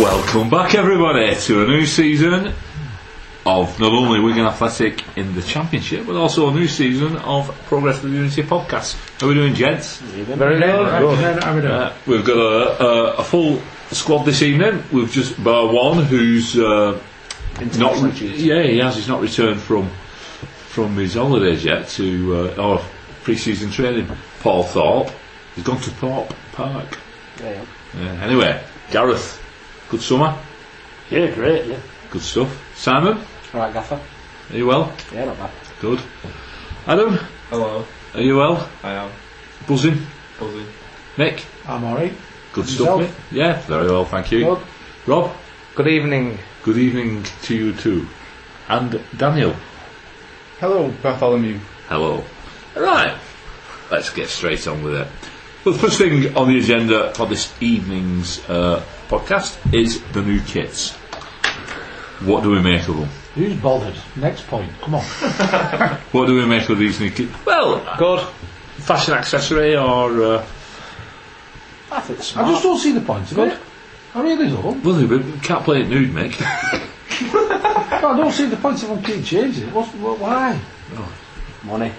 Welcome back, everybody, to a new season of not only Wigan Athletic in the Championship, but also a new season of Progress with Unity podcast. How are we doing, gents? Very good. Uh, we've got a, a, a full squad this evening. We've just bar one who's uh, not. International duty. yeah, he has. He's not returned from from his holidays yet to uh, our pre-season training. Paul Thorpe. He's gone to Thorpe Park. Yeah, Yeah, anyway, Gareth. Good summer. Yeah, great. Yeah. Good stuff. Simon. Right, Gaffer. Are you well? Yeah, not bad. Good. Adam. Hello, Are you well? I am Buzzing. buzzing. Nick. I'm alright. Good Yourself? stuff. Mate. Yeah, very well. Thank you. Good. Rob. Good evening. Good evening to you too. And Daniel. Hello, Bartholomew. Hello. Right, let's get straight on with it. Well, the first thing on the agenda for this evening's uh, podcast is the new kits. What do we make of them? Who's bothered? Next point. Come on. What do we make of these new kits? Well, good. Fashion accessory or. Uh, I think it's I smart. Ah. just don't see the point of it. I really don't. well, we can't play it nude, Mick. I don't see the point of them keep changing it. What's, what, why? Money. Morning.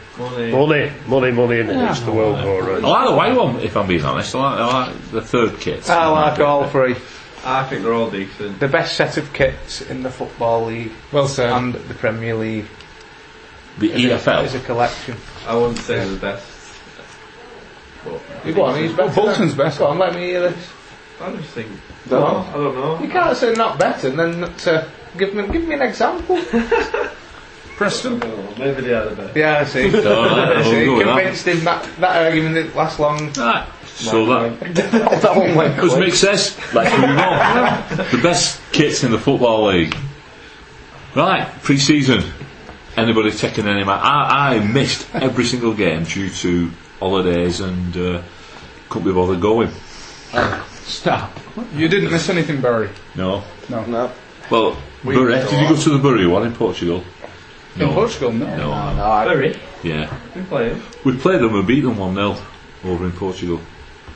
Money, money, money, and it's the world war, I right? like the white one, if I'm being honest. I like, I like the third kit. I Oh, like all three. I think they're all decent. The best set of kits in the Football League Well said. and the Premier League The E as a, as EFL. a collection. I wouldn't say they're the best. You go on, he's better. Fulton's best. Go on, let me hear this. I just think. No. I don't know. You can't say not better than not to give me, give me an example. I Preston. don't know. Maybe they are the best. Yeah, I see. No, no, no, I see. uh, we'll go with that. Convinced him that that argument didn't last long. Right, so that, that one went As quick. Mick says, let's move on. the best kits in the Football League. Right, pre season. Anybody taking any match? I, I missed every single game due to holidays and uh, couldn't be bothered going. Stop. You didn't miss anything, Barry. No. No. Well, We- Bury, did you go to the Bury one in Portugal? In Portugal, no. No. No, I, Very. Yeah. We play them. We played them and beat them 1 0 over in Portugal.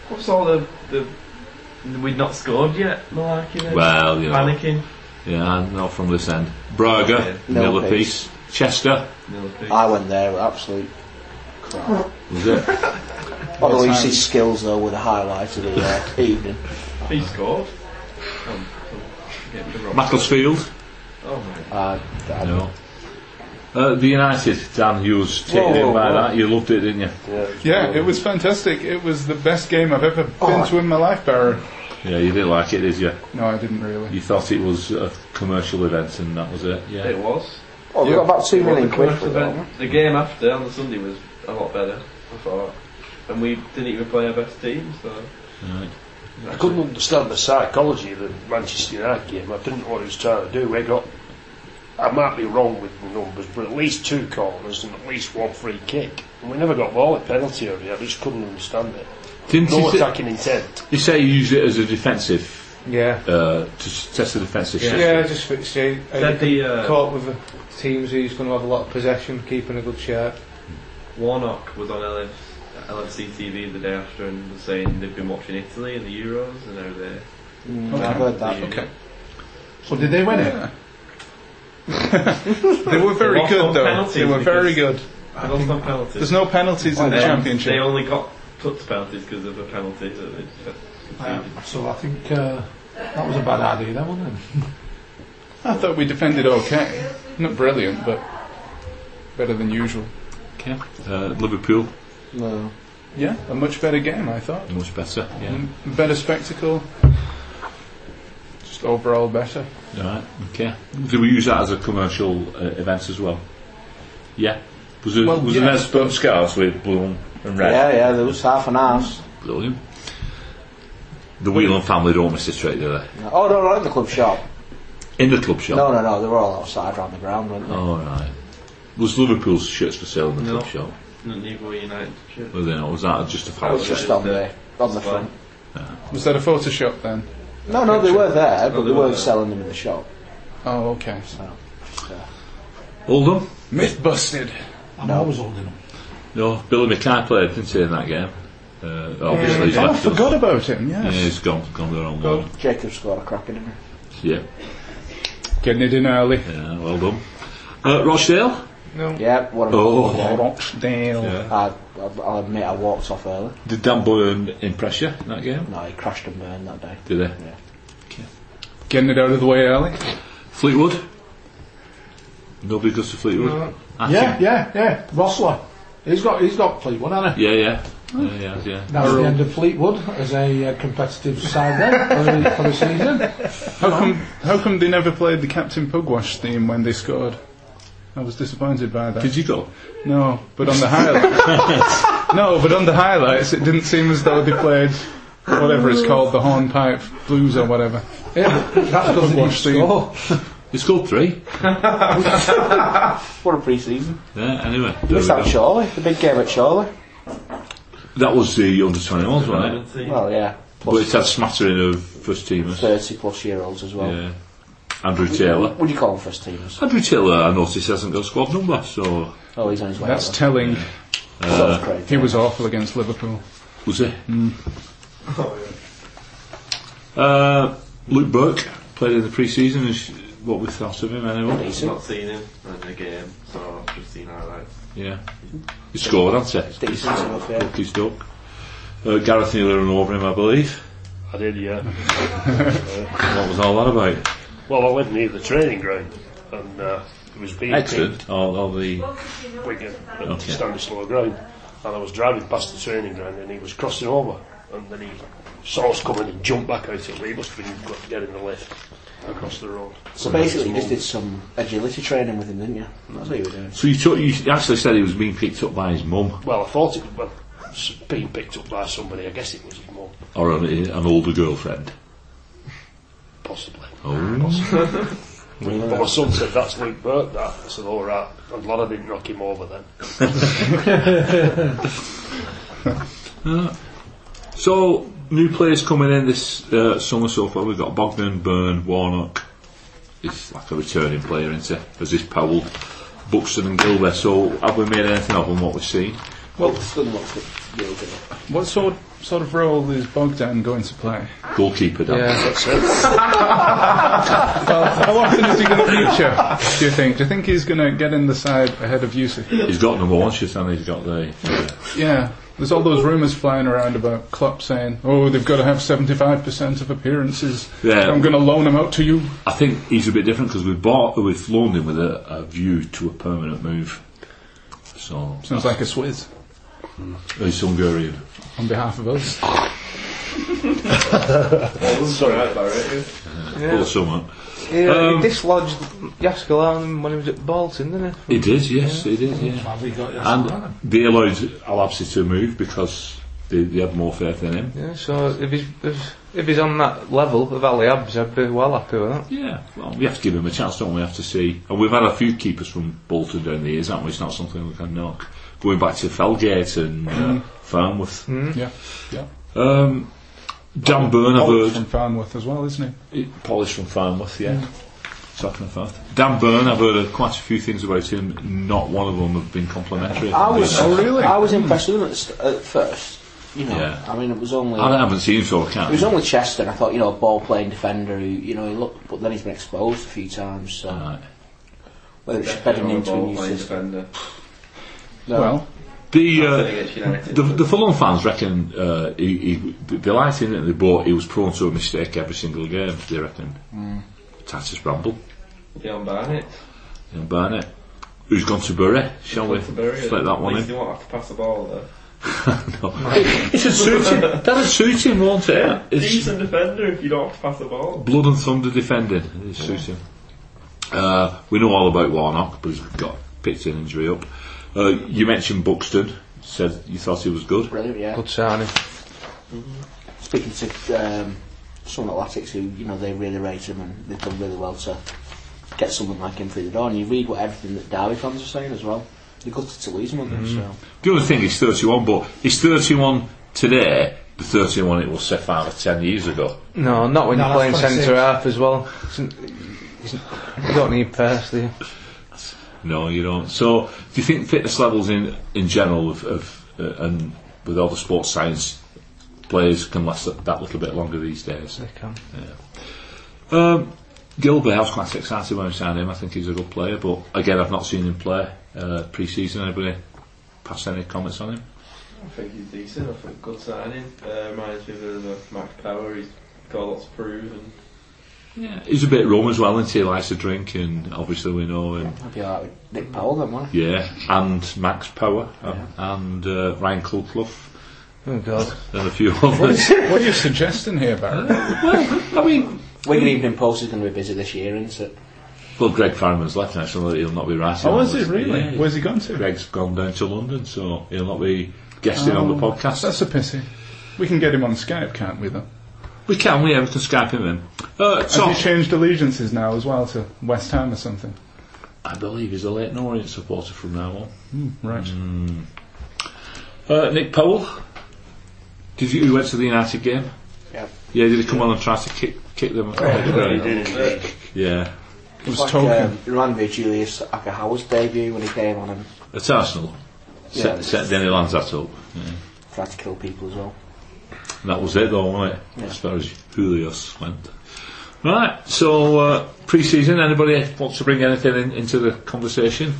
What's all the the we'd not scored yet? Malarkey. then? Well, you know. Panicking. Yeah, not from this end. Braga, No nil pace. apiece. Chester, Nil apiece. I went there with absolute crap. was it? But at least his skills, though, were the highlight of the uh, evening. He scored. Um, get the wrong- Macclesfield, Oh my. Uh, I- No. Uh, the United, Dan Hughes, taken Whoa, in by whoa. that. You loved it, didn't you? Yeah, it was fantastic. It was the best game I've ever been Oh. to in my life, Barry. Yeah, you didn't like it, did you? No, I didn't really. You thought it was a commercial event and that was it. Yeah. It was. oh, we got about two Well, million the quid commercial for event- that. The game after on the Sunday was a lot better. I thought, and we didn't even play our best team, so. Right. I couldn't understand the psychology that Manchester United game. I didn't know what he was trying to do. They got, I might be wrong with the numbers, but at least two corners and at least one free kick. And we never got ball at penalty area. I just couldn't understand it. Didn't No you, say, attacking intent. you say you used it as a defensive, Yeah. uh, to s- test the defensive Yeah. system? Yeah, just fixed you. Said the uh, Caught with the teams who's going to have a lot of possession, keeping a good shape. Warnock was on LF, LFC TV the day after and was saying they've been watching Italy and the Euros and how they. Mm, I've heard that. Okay. So Oh, did they win it? They were very lost on good, though. penalties They were very good. because- They lost on penalties. There's no penalties in the They- They championship. only got put to penalties because of a penalty that they just conceded. So I think uh, that was a bad idea, then, wasn't it? I thought we defended okay. Not brilliant, but better than usual. Okay. Uh, Liverpool, No. Yeah, a much better game, I thought. much better. Yeah. M- Better spectacle. Just overall better. All right. Okay. Do we use that as a commercial uh, event as well? Yeah. Was it Well, was yeah. it Ned Spurs scarves with blue and red? Yeah, yeah, there was half an house. Brilliant. The Whelan family don't miss a trick, do they? Oh, no, not in the club shop. In the club shop. No, no, no, they were all outside around the ground, weren't they? All right. Was Liverpool's shirts for sale in the No. club shop? And Newcastle United. Shit. Was, it, or was that just a It follow? was just on the, on the front. Was that a Photoshop then? No, no, they were there, but Oh, they they were weren't there. selling them in the shop. Oh, okay. Oldham? Myth busted. I'm No. always holding them. No, Billy McKay played, didn't he, in that game? Uh, Uh, obviously, he's Oh, I left us. forgot about him, yes. Yeah, he's gone, gone the wrong Go. way. Jacob scored a crack in it. Yeah, Getting it in early. yeah, well done. Uh, Rochdale? Yeah, what a Oh. Rochdale. Yeah. I, I'll I'll admit I walked off early. Did Dan Boylan impress you in that game? No, he crashed and burned that day. Did they? Yeah. Getting it out of the way early. Fleetwood? Nobody goes to Fleetwood? Ah, I Yeah, think- yeah, yeah. Rossler. He's got he's got Fleetwood, hasn't he? Yeah, yeah. Yeah, yeah, yeah. That's the end of Fleetwood as a uh, competitive side then for, the, for the season. How come, how come they never played the Captain Pugwash theme when they scored? I was disappointed by that. Did you go? No, but on the highlights. no, but on the highlights, it didn't seem as though they played whatever it's called, the hornpipe blues or whatever. Yeah, but that's because he didn't Watch the- score. You scored three. What a pre-season. Yeah, anyway. there Missed we go. out Shawley, the big game at Shawley. That was the under 21s, wasn't it? Well, yeah, But plus it's had smattering of first teamers. 30 plus year olds as well. Yeah. Andrew Taylor. What do you call them first teamers? Andrew Taylor, I noticed, hasn't got a squad number, so Oh, he's on his way. That's out telling. there. So that's crazy. He was awful against Liverpool. was he? Uh, Luke Burke played in the pre season, what we thought of him anyway. I've decent. not seen him in a game, so I've just seen highlights. Yeah. He scored, hasn't he? Decent enough, yeah. He's stuck. Uh, Gareth nearly ran over him, I believe. I did, yeah. What was all that about? Well, I went near the training ground and uh, it was being Exton? Or, or the. picked Wigan at Okay. Stanislaw Ground. And I was driving past the training ground and he was crossing over. And then he saw us coming and jumped back out of the must have been got to get in the lift across the road. So basically, you just did some agility training with him, didn't you? That's what you were doing. So you, took, you actually said he was being picked up by his mum, Well, I thought it was well, s- being picked up by somebody. I guess it was his mum, or an, an older girlfriend. possibly. Oh. But my son said, that's Luke Burke, that. I said, all right. I'm glad I didn't knock him over then. So, new players coming in this uh, summer so far. We've got Bogdan, Byrne, Warnock. He's like a returning player, isn't he? As is Powell, Buxton, and Gilbert. So, have we made anything of them, what we've seen? Buxton looked at Gilbert. What sort sort of role is Bogdan going to play? Goalkeeper, Dan. How often is he going to feature? Do you think? Do you think he's going to get in the side ahead of Yusuf? He's got number one shit and he's got the. Uh, Yeah. There's all those rumours flying around about Klopp saying, "Oh, they've got to have 75% of appearances. Yeah. I'm going to loan them out to you." I think he's a bit different because we bought, we've loaned him with a, a view to a permanent move. So, uh, Sounds like a Swiss he's Hungarian. on behalf of us. Or someone. Yeah, Um, he dislodged Jaskell Allen when he was at Bolton, didn't he? He did, yes, he did, yeah. Have we got And they allowed Alapsi to move because they, they had more faith in him. Yeah, so if he's if, if he's on that level of Ali Abs, I'd be well happy with that. Yeah, well, we have to give him a chance, don't we? We have to see. And we've had a few keepers from Bolton down the years, haven't we? It's not something we can knock. Going back to Felgate and uh, Farnworth. Yeah. Yeah. Um, Dan Byrne, I've Bolt heard. from Farnworth as well, isn't he? It- Polish from Farnworth, yeah. Mm. Talking of Farnworth. Dan Byrne, I've heard uh, quite a few things about him. Not one of them have been complimentary. I was, Yeah. I was impressed with him at, st- at first. You know, Yeah. I mean, it was only I haven't seen him, so I it was can't. only Chester. and I thought, you know, a ball playing defender who, you know, he looked, but then he's been exposed a few times. So Right. whether it's bedding Definitely a into a ball new playing system, defender. no. Well, The I uh, think it's United. The, the Fulham fans reckon uh, he, he, they liked him, didn't they? But he was prone to a mistake every single game. They reckon. Mm. Titus Bramble Leon Barnett. and Barnett, who's gone to Bury, shall we? To bury it. Slip that one At least in. They won't have to pass the ball though. No. it should suit him. That'd suit him, won't it? It's Decent defender if you don't have to pass the ball. blood and thunder defending. It suits him. Uh, we know all about Warnock, but he's got picked an injury up. Uh, you mentioned Buxton. Said you thought he was good. brilliant, yeah. Good signing. Speaking to um, some of the Latics who, you know, they really rate him and they've done really well to get someone like him through the door. And you read what everything that Derby fans are saying as well. They're gutted to lose him, aren't Mm. they? So. The other thing is 31, but he's 31 today, the 31 it was set five 10 years ago. No, not when No, you're that's playing what I centre said. half as well. Isn't- isn't- You don't need pace, do you? No, you don't. So, do you think fitness levels in, in general of, of uh, and with all the sports science players can last that, that little bit longer these days. They can. Um, Gilbert, I was quite excited when I signed him. I think he's a good player, but again, I've not seen him play uh, pre-season. Anybody pass any comments on him? I think he's decent. I think good signing. Uh, reminds me a bit of a Max Power. He's got a lot to prove. And Yeah, he's a bit rum as well, and he He likes to drink, and obviously we know him. I'd be alright with Nick Powell then, wouldn't Yeah, and Max Power um, and uh, Ryan Coulclough Oh God. and a few others. What are you suggesting here, Barry? I mean, I? Mm. Wigan Evening Post is going to be busy this year, isn't it? well, Greg Farman's left now, so he'll not be writing. Oh, on is this. it really? Yeah, Where's he gone to? Greg's gone down to London, so he'll not be guesting on the Oh, podcast. That's a pity. We can get him on Skype, can't we? Though. we can, we, yeah, we can Skype him in. Uh, Has Tom, he changed allegiances now as well to West Ham or something? I believe he's a Leighton Orient supporter from now on. Right. Mm. Uh, Nick Powell, did you, you went to the United game? Yeah. Yeah, did he come on and try to kick kick them? Yeah, It was Like, Tolkien. um, it reminded me of Julius Akahawa's debut when he came on and at Arsenal. Set, Yeah. set Danny Lanzat up. tried to kill people as well. And that was it, though, wasn't it? As far as Julius went. Right, so uh, pre season, anybody wants to bring anything in, into the conversation?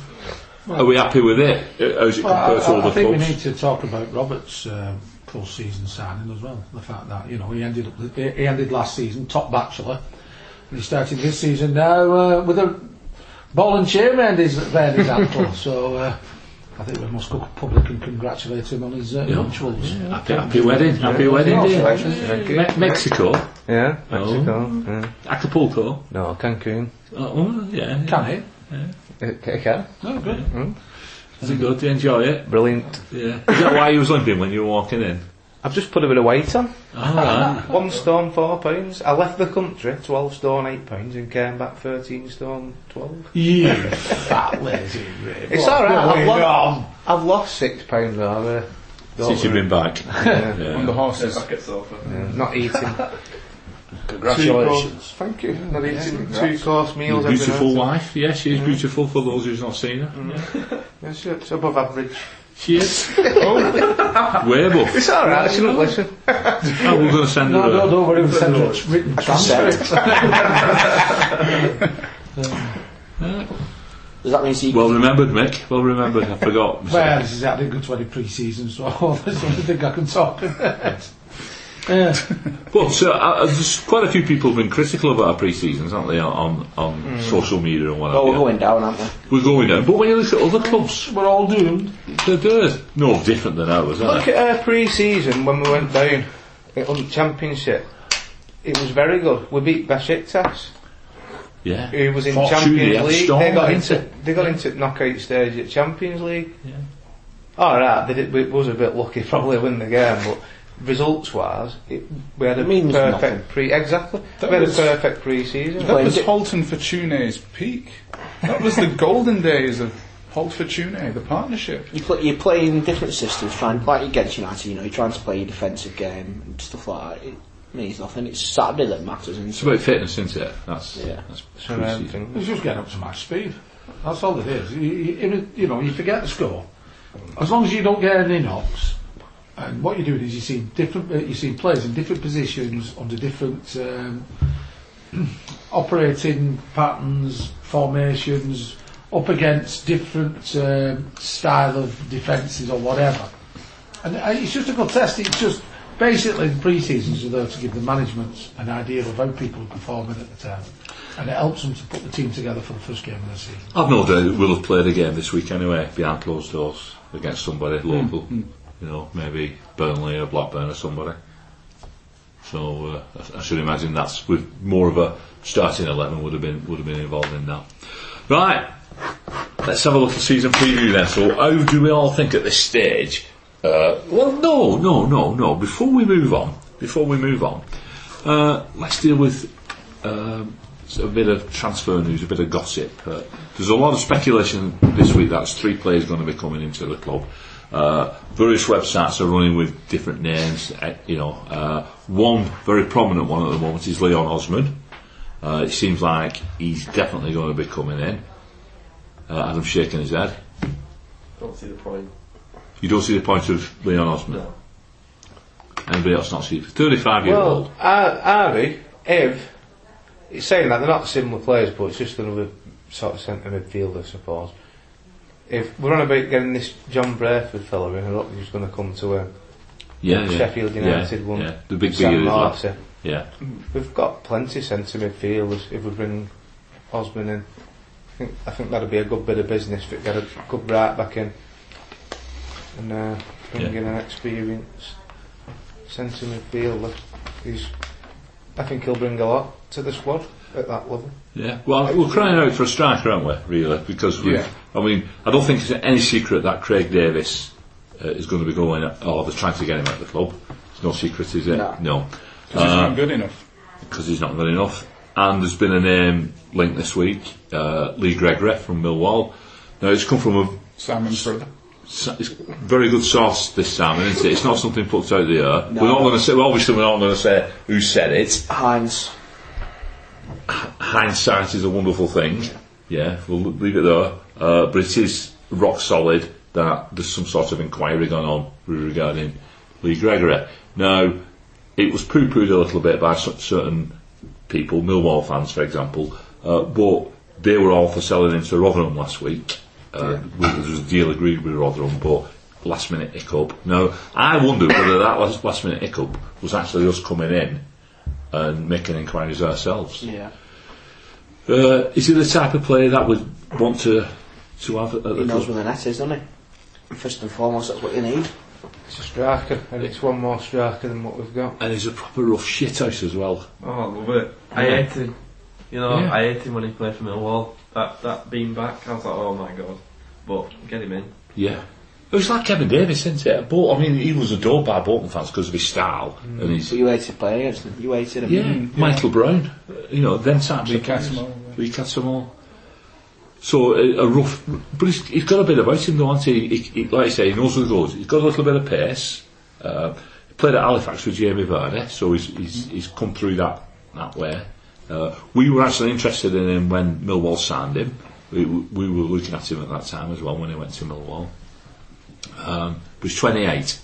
Are we happy with it? Uh, How's it compared to I, I other think we clubs? need to talk about Robert's um, post-season signing as well. The fact that you know he ended up he he ended last season top bachelor, and he started this season now uh, with a ball and chain round his round his ankle. so uh, I think we must go public and congratulate him on his uh, nuptials. Happy, happy wedding, happy wedding day. Thank you. Me- Mexico, Yeah. Oh. Mexico. Yeah. Acapulco. No, Cancun. Uh, Oh, well, yeah, yeah. Can he? It, it can. No, good. Is it good? Do you enjoy it? Brilliant. Yeah. Is that why you was limping when you were walking in? I've just put a bit of weight on. All right. One stone, four pounds. I left the country, 12 stone, eight pounds, and came back 13 stone, 12. You fat lazy. Rick. It's What's alright, I've, going lo- on? I've lost six pounds over. Since you've been back. On the horses. back at sofa. Not eating. Congratulations. Thank you. Not eating two course Your meals every beautiful night. wife, yeah, she is beautiful for those who's not seen her. Yes, yeah, it's above average. She is. oh, way above. It's alright, she not listen. Oh, we're going to send No, her. no, a- don't worry. We've sent a written transcript. Does that mean he Well remembered, Mick. Well remembered. I forgot. Well, this is had a good 20 pre-season, so I don't think I can talk about. Yeah. But uh, uh, there's quite a few people have been critical of our pre-seasons, aren't they, on on social media and whatever. Oh, we're going down, aren't we? We're going down. But when you look at other clubs, oh, We're all doomed. they're, they're no different than ours, aren't Look at our pre-season when we went down it on championship. It was very good. We beat Besiktas, they? Yeah. who was in Fortune, they had Champions League. Storm, They got didn't into they got into knockout stage at Champions League. All right, they did, we was a bit lucky probably win the game, but results wise, it, we had a Means perfect nothing. pre exactly. That we had a was- perfect pre-season. That Blamed was it. Holton Fortune's peak. That was the golden days of Holt Fortune, the partnership. You play, you're playing different systems, trying like against United. You know, you're trying to play your defensive game and stuff like that. It means nothing. It's Saturday that matters, and It's about fitness, isn't it? That's Yeah. that's So, um, pre-season. thing. It's just getting up to match speed. That's all it is. You, you, you know, you forget the score. As long as you don't get any knocks, and what you're doing is you're seeing different, uh, you're seeing players in different positions under different um, operating patterns, formations, up against different um, style of defences or whatever. And uh, it's just a good test. It's just basically the pre-seasons are there to give the management an idea of how people are performing at the time, and it helps them to put the team together for the first game of the season. I've no doubt we'll have played a game this week anyway, behind closed doors, against somebody local. You know, maybe Burnley or Blackburn or somebody. So uh, I- I should imagine that's with more of a starting eleven would have been would have been involved in that. Right, let's have a look at season preview then. So how do we all think at this stage? Uh, well, no, no, no, no. Before we move on, before we move on, uh, let's deal with um, so a bit of transfer news, a bit of gossip. Uh, there's a lot of speculation this week that's three players going to be coming into the club. Uh, various websites are running with different names. eh, You know, uh, one very prominent one at the moment is Leon Osman. Uh, it seems like he's definitely going to be coming in. Uh, Adam's shaking his head. Don't see the point. You don't see the point of Leon Osman. No. Anybody else not see? Thirty-five year old. Well, Ar- Ari, if it's saying that they're not similar players, but it's just another sort of centre midfielder, I suppose. If we're on about getting this John Brayford fella in, I thought he was going to come to uh, him. Yeah, yeah. Sheffield United yeah, won. Yeah, the big Sam big lad. Martin. Yeah, We've got plenty of centre midfielders if we bring Osman in. I think, I think that'd be a good bit of business if we get a good right back in and uh, bring Yeah. in an experienced centre midfielder. He's, I think he'll bring a lot to the squad at that level. yeah. Well, we're crying out for a striker, aren't we? Really, because we. Yeah. I mean, I don't think it's any secret that Craig Davis uh, is going to be going. Oh, they're trying to get him at the club. It's no secret, is it? No. Because it's Uh, not good enough. because he's not good enough. And there's been a name linked this week, uh, Lee Gregory from Millwall. Now it's come from a Salmon's brother. s- it's very good source this salmon, isn't it? It's not something plucked out of the air. We're not No. going to say. Well, obviously, we're not going to say who said it. Heinz. Hindsight is a wonderful thing. Yeah, we'll leave it there. Uh, but it is rock solid that there's some sort of inquiry going on regarding Lee Gregory. Now, it was poo pooed a little bit by cer- certain people, Millwall fans, for example, uh, but they were all for selling him to Rotherham last week. Uh, we- There was a deal agreed with Rotherham, but last minute hiccup. Now, I wonder whether that last, last minute hiccup was actually us coming in and making inquiries ourselves. Yeah. Uh, is he the type of player that would want to to have at He the knows club? where the net is, doesn't he? First and foremost, that's what you need. It's a striker, and it's one more striker than what we've got. And he's a proper rough shithouse as well. Oh, I love it. I Yeah. hate him. You know, Yeah. I hate him when he played for Millwall. That that beam back, I was like, oh my god. But get him in. Yeah. It was like Kevin Davis, isn't it? But, I mean, he was adored by Bolton fans because of his style and his. But you hated playing against him. You hated him. Yeah, Michael Brown. Uh, You know, them types Lee of players. Casimir, yeah. Lee Casimir. So, a, a rough. But he's, he's got a bit about him, though, hasn't he? He, he? Like I say, he knows where he goes. He's got a little bit of pace. Uh, he played at Halifax with Jamie Vardy, so he's, he's, he's come through that, that way. Uh, we were actually interested in him when Millwall signed him. We, we were looking at him at that time as well when he went to Millwall. Um, but he's 28.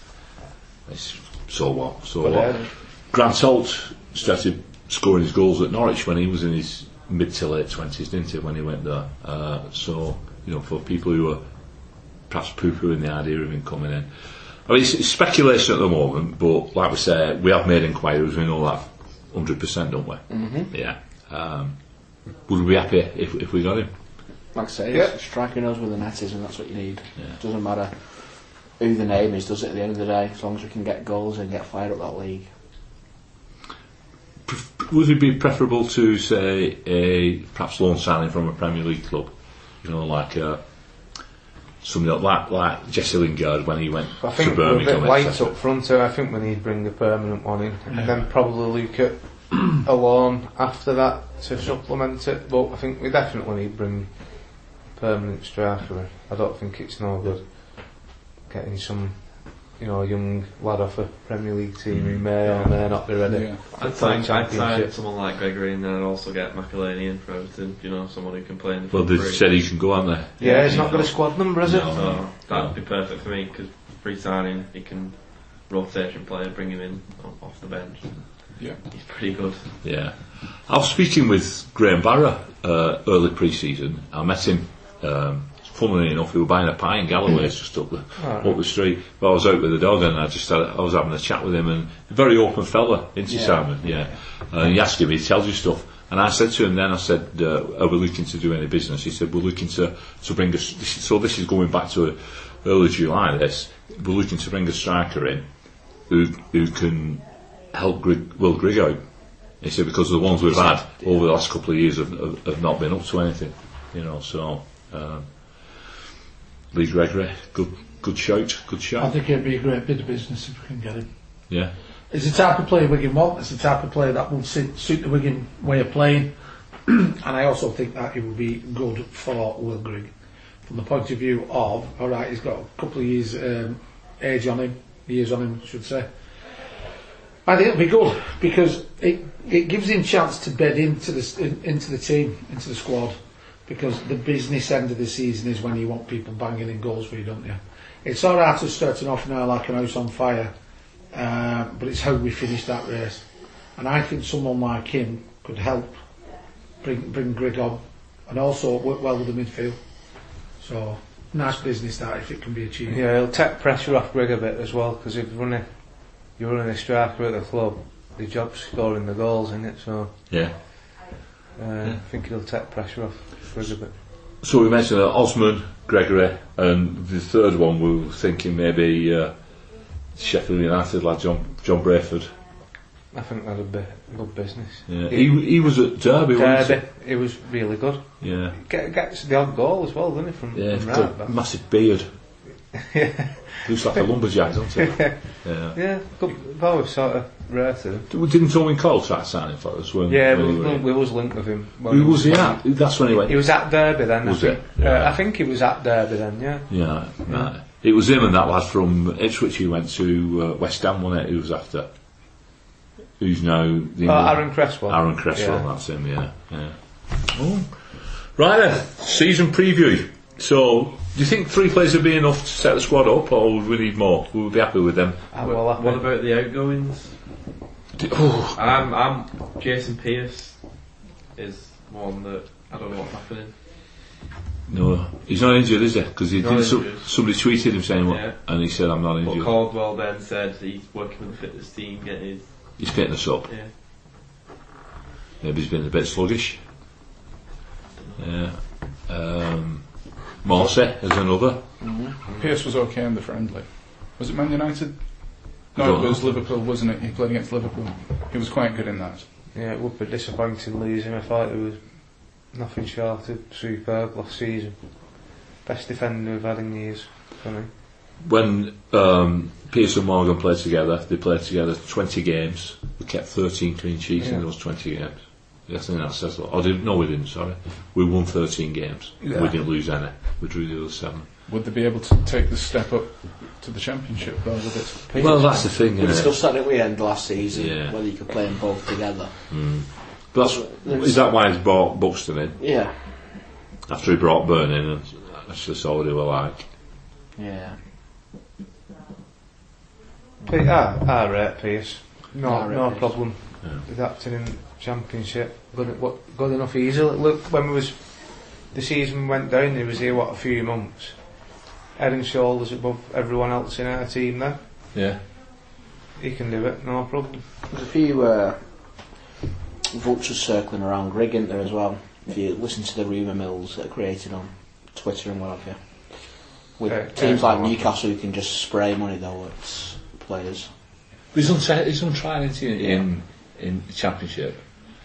It's, so what? So what? Grant Holt started scoring his goals at Norwich when he was in his mid to late twenties, didn't he? When he went there, uh, so you know, for people who are perhaps poo-pooing the idea of him coming in, I mean, it's, it's speculation at the moment. But like we say, we have made inquiries. We know that hundred percent, don't we? Mm-hmm. Yeah. Um, would we be happy if, if we got him? Like I say, Yeah. a striker knows where the net is, and that's what you need. Yeah. Doesn't matter who the name is, does it? At the end of the day, as long as we can get goals and get fired up that league. Would it be preferable to say a perhaps loan signing from a Premier League club? You know, like uh, somebody like like Jesse Lingard when he went I to think we're a bit Birmingham. light etc. up front, so I think we need to bring a permanent one in, and then probably look at a loan after that to supplement it. But I think we definitely need to bring permanent striker in. I don't think it's no good getting some, you know, young lad off a Premier League team who may or may not be ready. Yeah. I'd Playing sign, I'd sign championship. someone like Gregory and then I'd also get McElhaney in for Everton, you know, someone who can play in the Well, front they three. said he can go, haven't they? Yeah, it's not got a squad number, is it? No. So that'd be perfect for me because free signing, he can rotation player, bring him in o- off the bench. Yeah. He's pretty good. Yeah. I was speaking with Graham Barra uh, early pre season. I met him, um, funnily enough, we were buying a pie in Galloway, it's just up the, up the street. But I was out with the dog and I just had, I was having a chat with him and very open fella, isn't he, Simon? Yeah. And he asked him, he tells you stuff. And I said to him then, I said, uh, are we looking to do any business? He said, we're looking to, to bring us, this is, so this is going back to early July, this. We're looking to bring a striker in who, who can help Grig, Will Grigg out. He said because the ones we've had over the last couple of years have, have, have not been up to anything, you know. So um, Lee Gregory, good good shout, good I shout. think it'd be a great bit of business if we can get him. Yeah, It's the type of player Wigan want. It's the type of player that will suit, suit the Wigan way of playing. and I also think that it would be good for Will Grigg from the point of view of all right, he's got a couple of years um, age on him, years on him, I should say. I think it'll be good because it it gives him chance to bed into the s- in, into the team, into the squad. Because the business end of the season is when you want people banging in goals for you, don't you? It's all right us starting off now like an house on fire, uh, but it's how we finish that race. And I think someone like him could help bring bring Grig on, and also work well with the midfield. So nice business that if it can be achieved. Yeah, it'll take pressure off Greg a bit as well because if you're running, you're running a striker at the club, the job's scoring the goals, isn't it? So Yeah. uh, I think it'll take pressure off Greg a bit. So we mentioned uh, Osman, Gregory, and the third one we were thinking maybe uh, Sheffield United lad John John Brayford. I think that'd be good business. Yeah. He he was at Derby. wasn't Derby, it was really good. he? Yeah. Get, gets the odd goal as well, doesn't it? From, Yeah, from got right a back. massive beard. Looks like a lumberjack, doesn't it? yeah. Yeah, good. That was sort of rare to him. We didn't Owen Cole try to sign him for us? When, Yeah, when we, he we, were- we was linked with him. when Who was he when at? That's when he went. He was at Derby then. Was I think. he? Yeah. Uh, I think he was at Derby then. Yeah. Yeah, right. It was him and that lad from Ipswich who went to uh, West Ham, wasn't it? Who was after? Who's now the Oh, Aaron Cresswell. Aaron Cresswell, Yeah. that's him, yeah. yeah. Oh. Right then, season preview. So, do you think three players would be enough to set the squad up, or would we need more? Would we be happy with them? Ah, well, I What think- about the outgoings? D- oh, I'm, I'm Jason Pierce is one that I don't know what's happening. no, he's not injured, is he? Because he Not did so, injured. somebody tweeted him saying what, Yeah. and he said, "I'm not But injured." Caldwell then said he's working with the fitness team, getting his He's getting us up. yeah. Maybe he's been a bit sluggish. Yeah. Um, Morse is another. Pierce was okay in the friendly. Was it Man United? No, don't it was know. Liverpool, wasn't it? He played against Liverpool. He was quite good in that. Yeah, it would be disappointing losing a fight that was nothing short of superb last season. Best defender we've had in years for me. When um, Pierce and Morgan played together, they played together 20 games. We kept 13 clean sheets Yeah. in those 20 games. I think that says a lot. Oh, did, no, we didn't, sorry. We won 13 games. Yeah. We didn't lose any. We drew the other seven. Would they be able to take the step up to the championship though with it? Well, that's the thing, We isn't it? discussed that at the end last season, Yeah. whether you could play them both together. But that's, is that why he's brought Buxton in? Yeah. After he brought Burn in, and that's just all they were like. Yeah. Pe- ah, ah, right, Pierce. No, Ah, right, no Pierce. problem. Yeah. Adapting in Championship, good, what, good enough easily. Look, when we was the season went down, he was here what a few months. Head and shoulders above everyone else in our team. Then Yeah. he can do it, no problem. There's a few uh, vultures circling around Grig in there as well. If you listen to the rumour mills that are created on Twitter and what have you. With Okay, teams yeah. like Newcastle who can just spray money though at players. He's untried, he's untried isn't he, in, in the Championship.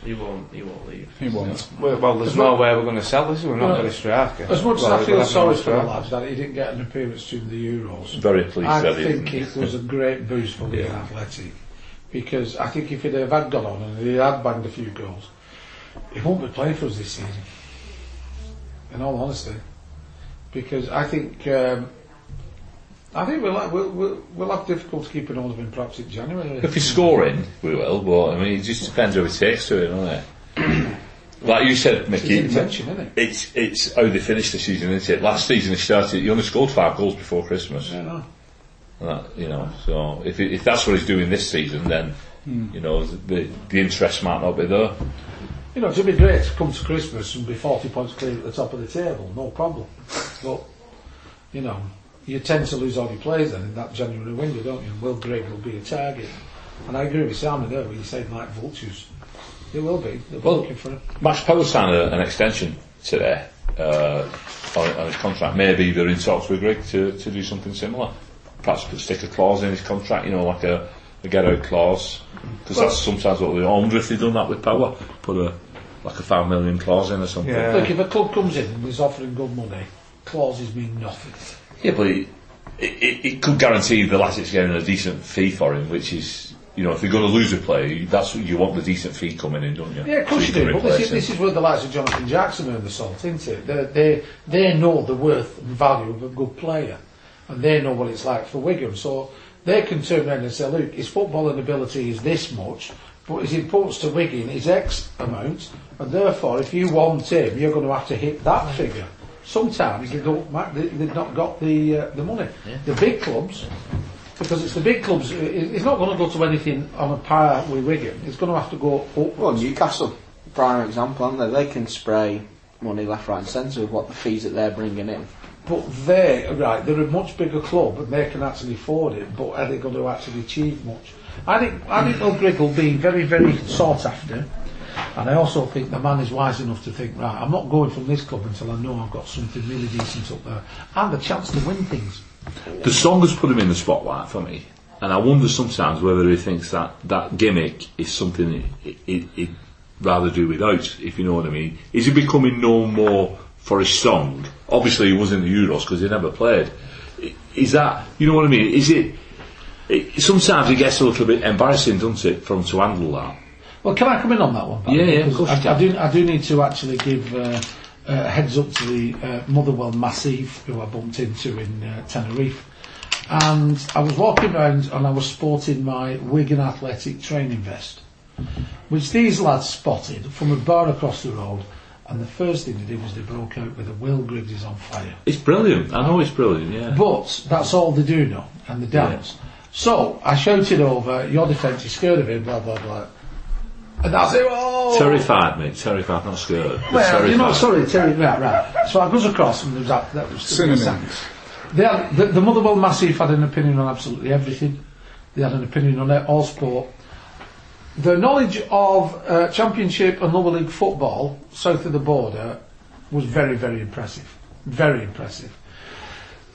He won't he won't leave. He won't. Well, well there's no way we're going to sell this. We're not Well, going to strike it. As much Well, as I we'll feel have no sorry for the striker. lads that he didn't get an appearance during the Euros, Very pleased I that he think didn't. it was a great boost for Wigan Yeah. Athletic because I think if he'd have had gone on and he had banged a few goals, he won't be playing for us this season. In all honesty, because I think um, I think we'll, ha- we'll, we'll, we'll have difficulty keeping hold of him perhaps in January. If he's scoring, we will, but I mean, it just depends who it takes to it, doesn't it? like you said, It's Mickey, his intention, isn't it? it's it's how they finished the season, isn't it? Last season, they started, he only scored five goals before Christmas. I know. That, you know, so if, it- if that's what he's doing this season, then, you know, the, the interest might not be there. You know, it'd be great to come to Christmas and be 40 points clear at the top of the table, no problem. But, you know, you tend to lose all your players then in that January window, don't you? And Will Grigg will be a target. And I agree with Simon there when you said like vultures. They will be. They'll be Well- looking for him. Max Power signed a, an extension today uh, on, on his contract. Maybe they're in talks with Greg to, to do something similar. Perhaps put, stick a clause in his contract, you know, like a, a get out clause. Because that's sometimes what we wonder if they've done that with Power. Put a like a five million clause in or something. Yeah. Look, if a club comes in and is offering good money, clauses mean nothing. Yeah, but it, it, it could guarantee the Latics getting a decent fee for him, which is, you know, if you're going to lose a player, that's what you want the decent fee coming in, don't you? Yeah, of course So you do. can But this replace is, him. this is where the likes of Jonathan Jackson earn the salt, isn't it? They, they, they know the worth and value of a good player, and they know what it's like for Wigan. So they can turn around and say, look, his footballing ability is this much, but his importance to Wigan is X amount, and therefore, if you want him, you're going to have to hit that figure. sometimes they don't ma- they, they've not got the uh, the money. The big clubs, because it's the big clubs. i- i- It's not going to go to anything on a par with Wigan. It's going to have to go up. Well, Newcastle, prime example, aren't they? They can spray money left, right, and centre with what the fees that they're bringing in. But they right, they're a much bigger club and they can actually afford it. But are they going to actually achieve much? I think I think O'Grigg will be very very sought after, and I also think the man is wise enough to think right. I'm not going from this club until I know I've got something really decent up there and a chance to win things. The song has put him in the spotlight for me, and I wonder sometimes whether he thinks that that gimmick is something he- he- he'd rather do without, if you know what I mean. Is he becoming known more for his song? Obviously, he wasn't in the Euros because he never played. I- Is that, you know what I mean? Is it, it, sometimes it gets a little bit embarrassing, doesn't it, for him to handle that? Well, can I come in on that one? Barry? Yeah, yeah, of Because course you I, can. I do. I do need to actually give uh, uh, heads up to the uh, Motherwell Massive who I bumped into in uh, Tenerife, and I was walking around and I was sporting my Wigan Athletic training vest, which these lads spotted from a bar across the road. And the first thing they did was they broke out with a Will Griggs is on fire. It's brilliant. I know it's brilliant, yeah. But that's all they do know, and the dance. So I shouted over, "Your defence is scared of him," blah blah blah, and that's it. Oh, Terrified, mate. Terrified, not scared. but well, terrified. you know, sorry, Terry, right, right. So I goes across and there's that, that was Synonyms. They had, the, the Motherwell Massive had an opinion on absolutely everything. They had an opinion on it, all sport. Their knowledge of uh, Championship and Lower League football south of the border was very, very impressive. Very impressive.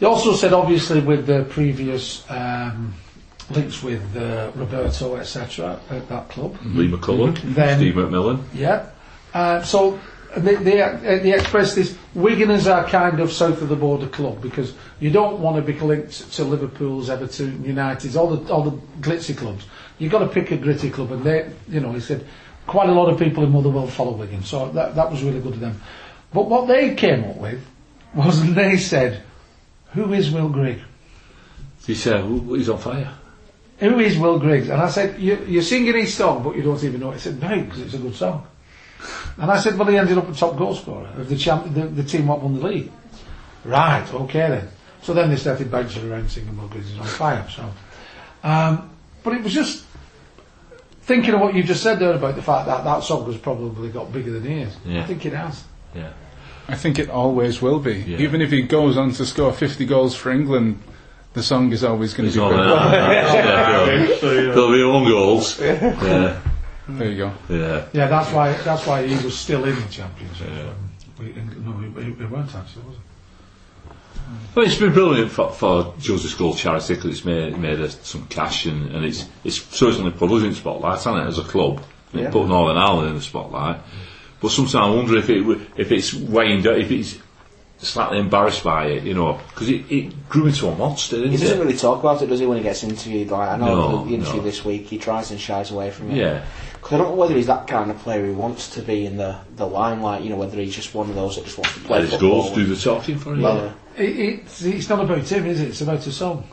They also said, obviously, with the previous um, links with uh, Roberto, etc., at that club, Lee McCullum, Then- Steve McMillan. yeah. Uh, so they, they, uh, they express this. Wiganers are kind of south of the border club because you don't want to be linked to Liverpool's, Everton, United's, all the all the glitzy clubs. You've got to pick a gritty club, and they, you know, he said quite a lot of people in Motherwell follow Wigan, so that that was really good of them. But what they came up with was they said, "Who is Will Grigg?" He said, "Well, he's on fire. Who is Will Griggs? And I said, you, You're singing his song, but you don't even know it. He said, No, because it's a good song. And I said, Well, he ended up a top goal scorer of the, champ- the, the team what won the league. Right, okay then. So then they started bouncing around singing Will Griggs is on fire. So, um, But it was just thinking of what you just said there about the fact that that song has probably got bigger than he is. Yeah. I think it has. Yeah. I think it always will be. Yeah. Even if he goes on to score 50 goals for England, the song is always going to He's be on there. good. There'll be own goals. Yeah, There you go. yeah. Yeah, that's why that's why he was still in the championship. We, no, it, it, it weren't actually, was it? Well, it's been brilliant for, for Joseph's Gold Charity because it's made, made us some cash and, and it's it's certainly put us in the spotlight, hasn't it, as a club? It put Northern Ireland in the spotlight. But sometimes I wonder if it w- if it's waned up, if it's slightly embarrassed by it, you know, because it, it grew into a monster, He didn't doesn't it? really talk about it, does he, when he gets interviewed? Like I know No, the interview no. this week, he tries and shies away from it. Yeah, Because I don't know whether he's that kind of player who wants to be in the, the limelight. You know, whether he's just one of those that just wants to play let his football. uh, goals do the talking for him. Yeah. It, it's, it's not about him, is it? It's about his song.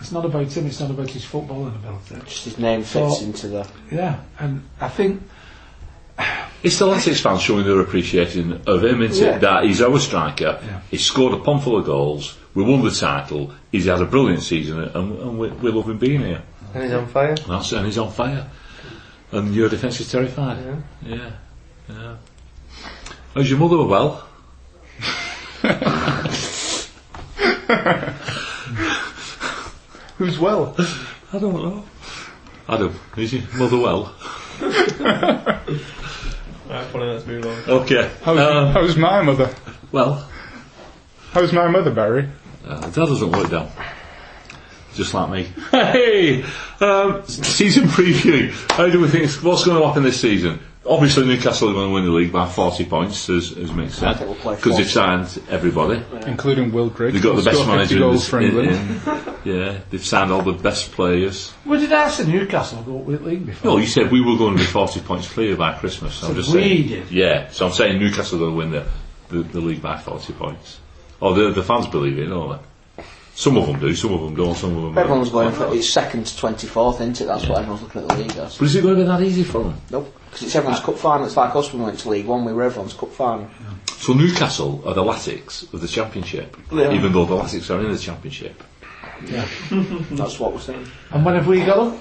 It's not about him. It's not about his footballing ability. Just his name fits So- into the. Yeah, and I think It's the Latics fans showing their appreciation of him, isn't Yeah. it? That he's our striker. Yeah. He's scored a pumpful of goals. We won the title. He's had a brilliant season, and, and we, we love him being here. And he's on fire. And, that's, and he's on fire. And your defence is terrified. Yeah. Yeah. yeah. How's your mother? Well, Who's well? I don't know. Adam, is your mother well? Right, funny, let's move on. Okay. How's, Um, how's my mother? well, How's my mother, Barry? uh, that doesn't work down. Just like me. Hey! Um, season preview. How do we think, what's going to happen this season? Obviously, Newcastle are going to win the league by 40 points, as, as Mick I said. think we'll play Because they've 40. signed everybody. Including Will Grigg. They've got the who best scored manager 50 in goals this. for England. in- in- yeah, they've signed all the best players. where did Arsenal Newcastle go up with league before? No, you said we were going to be 40 points clear by Christmas. So I'm just we saying. did. Yeah, so I'm saying Newcastle are going to win the, the, the league by 40 points. Or the, the fans believe it, don't they? Some of them do, some of them don't, some of them Everyone's don't. going for it's second to twenty fourth, isn't it? That's what everyone's looking at the league as. But is it going to be that easy for them? Nope. Because it's everyone's cup final. It's like us when we went to League One. We were everyone's cup final. So Newcastle are the Latics of the Championship, Yeah. even though the Latics are in the Championship. That's what we're saying. And when have we got them?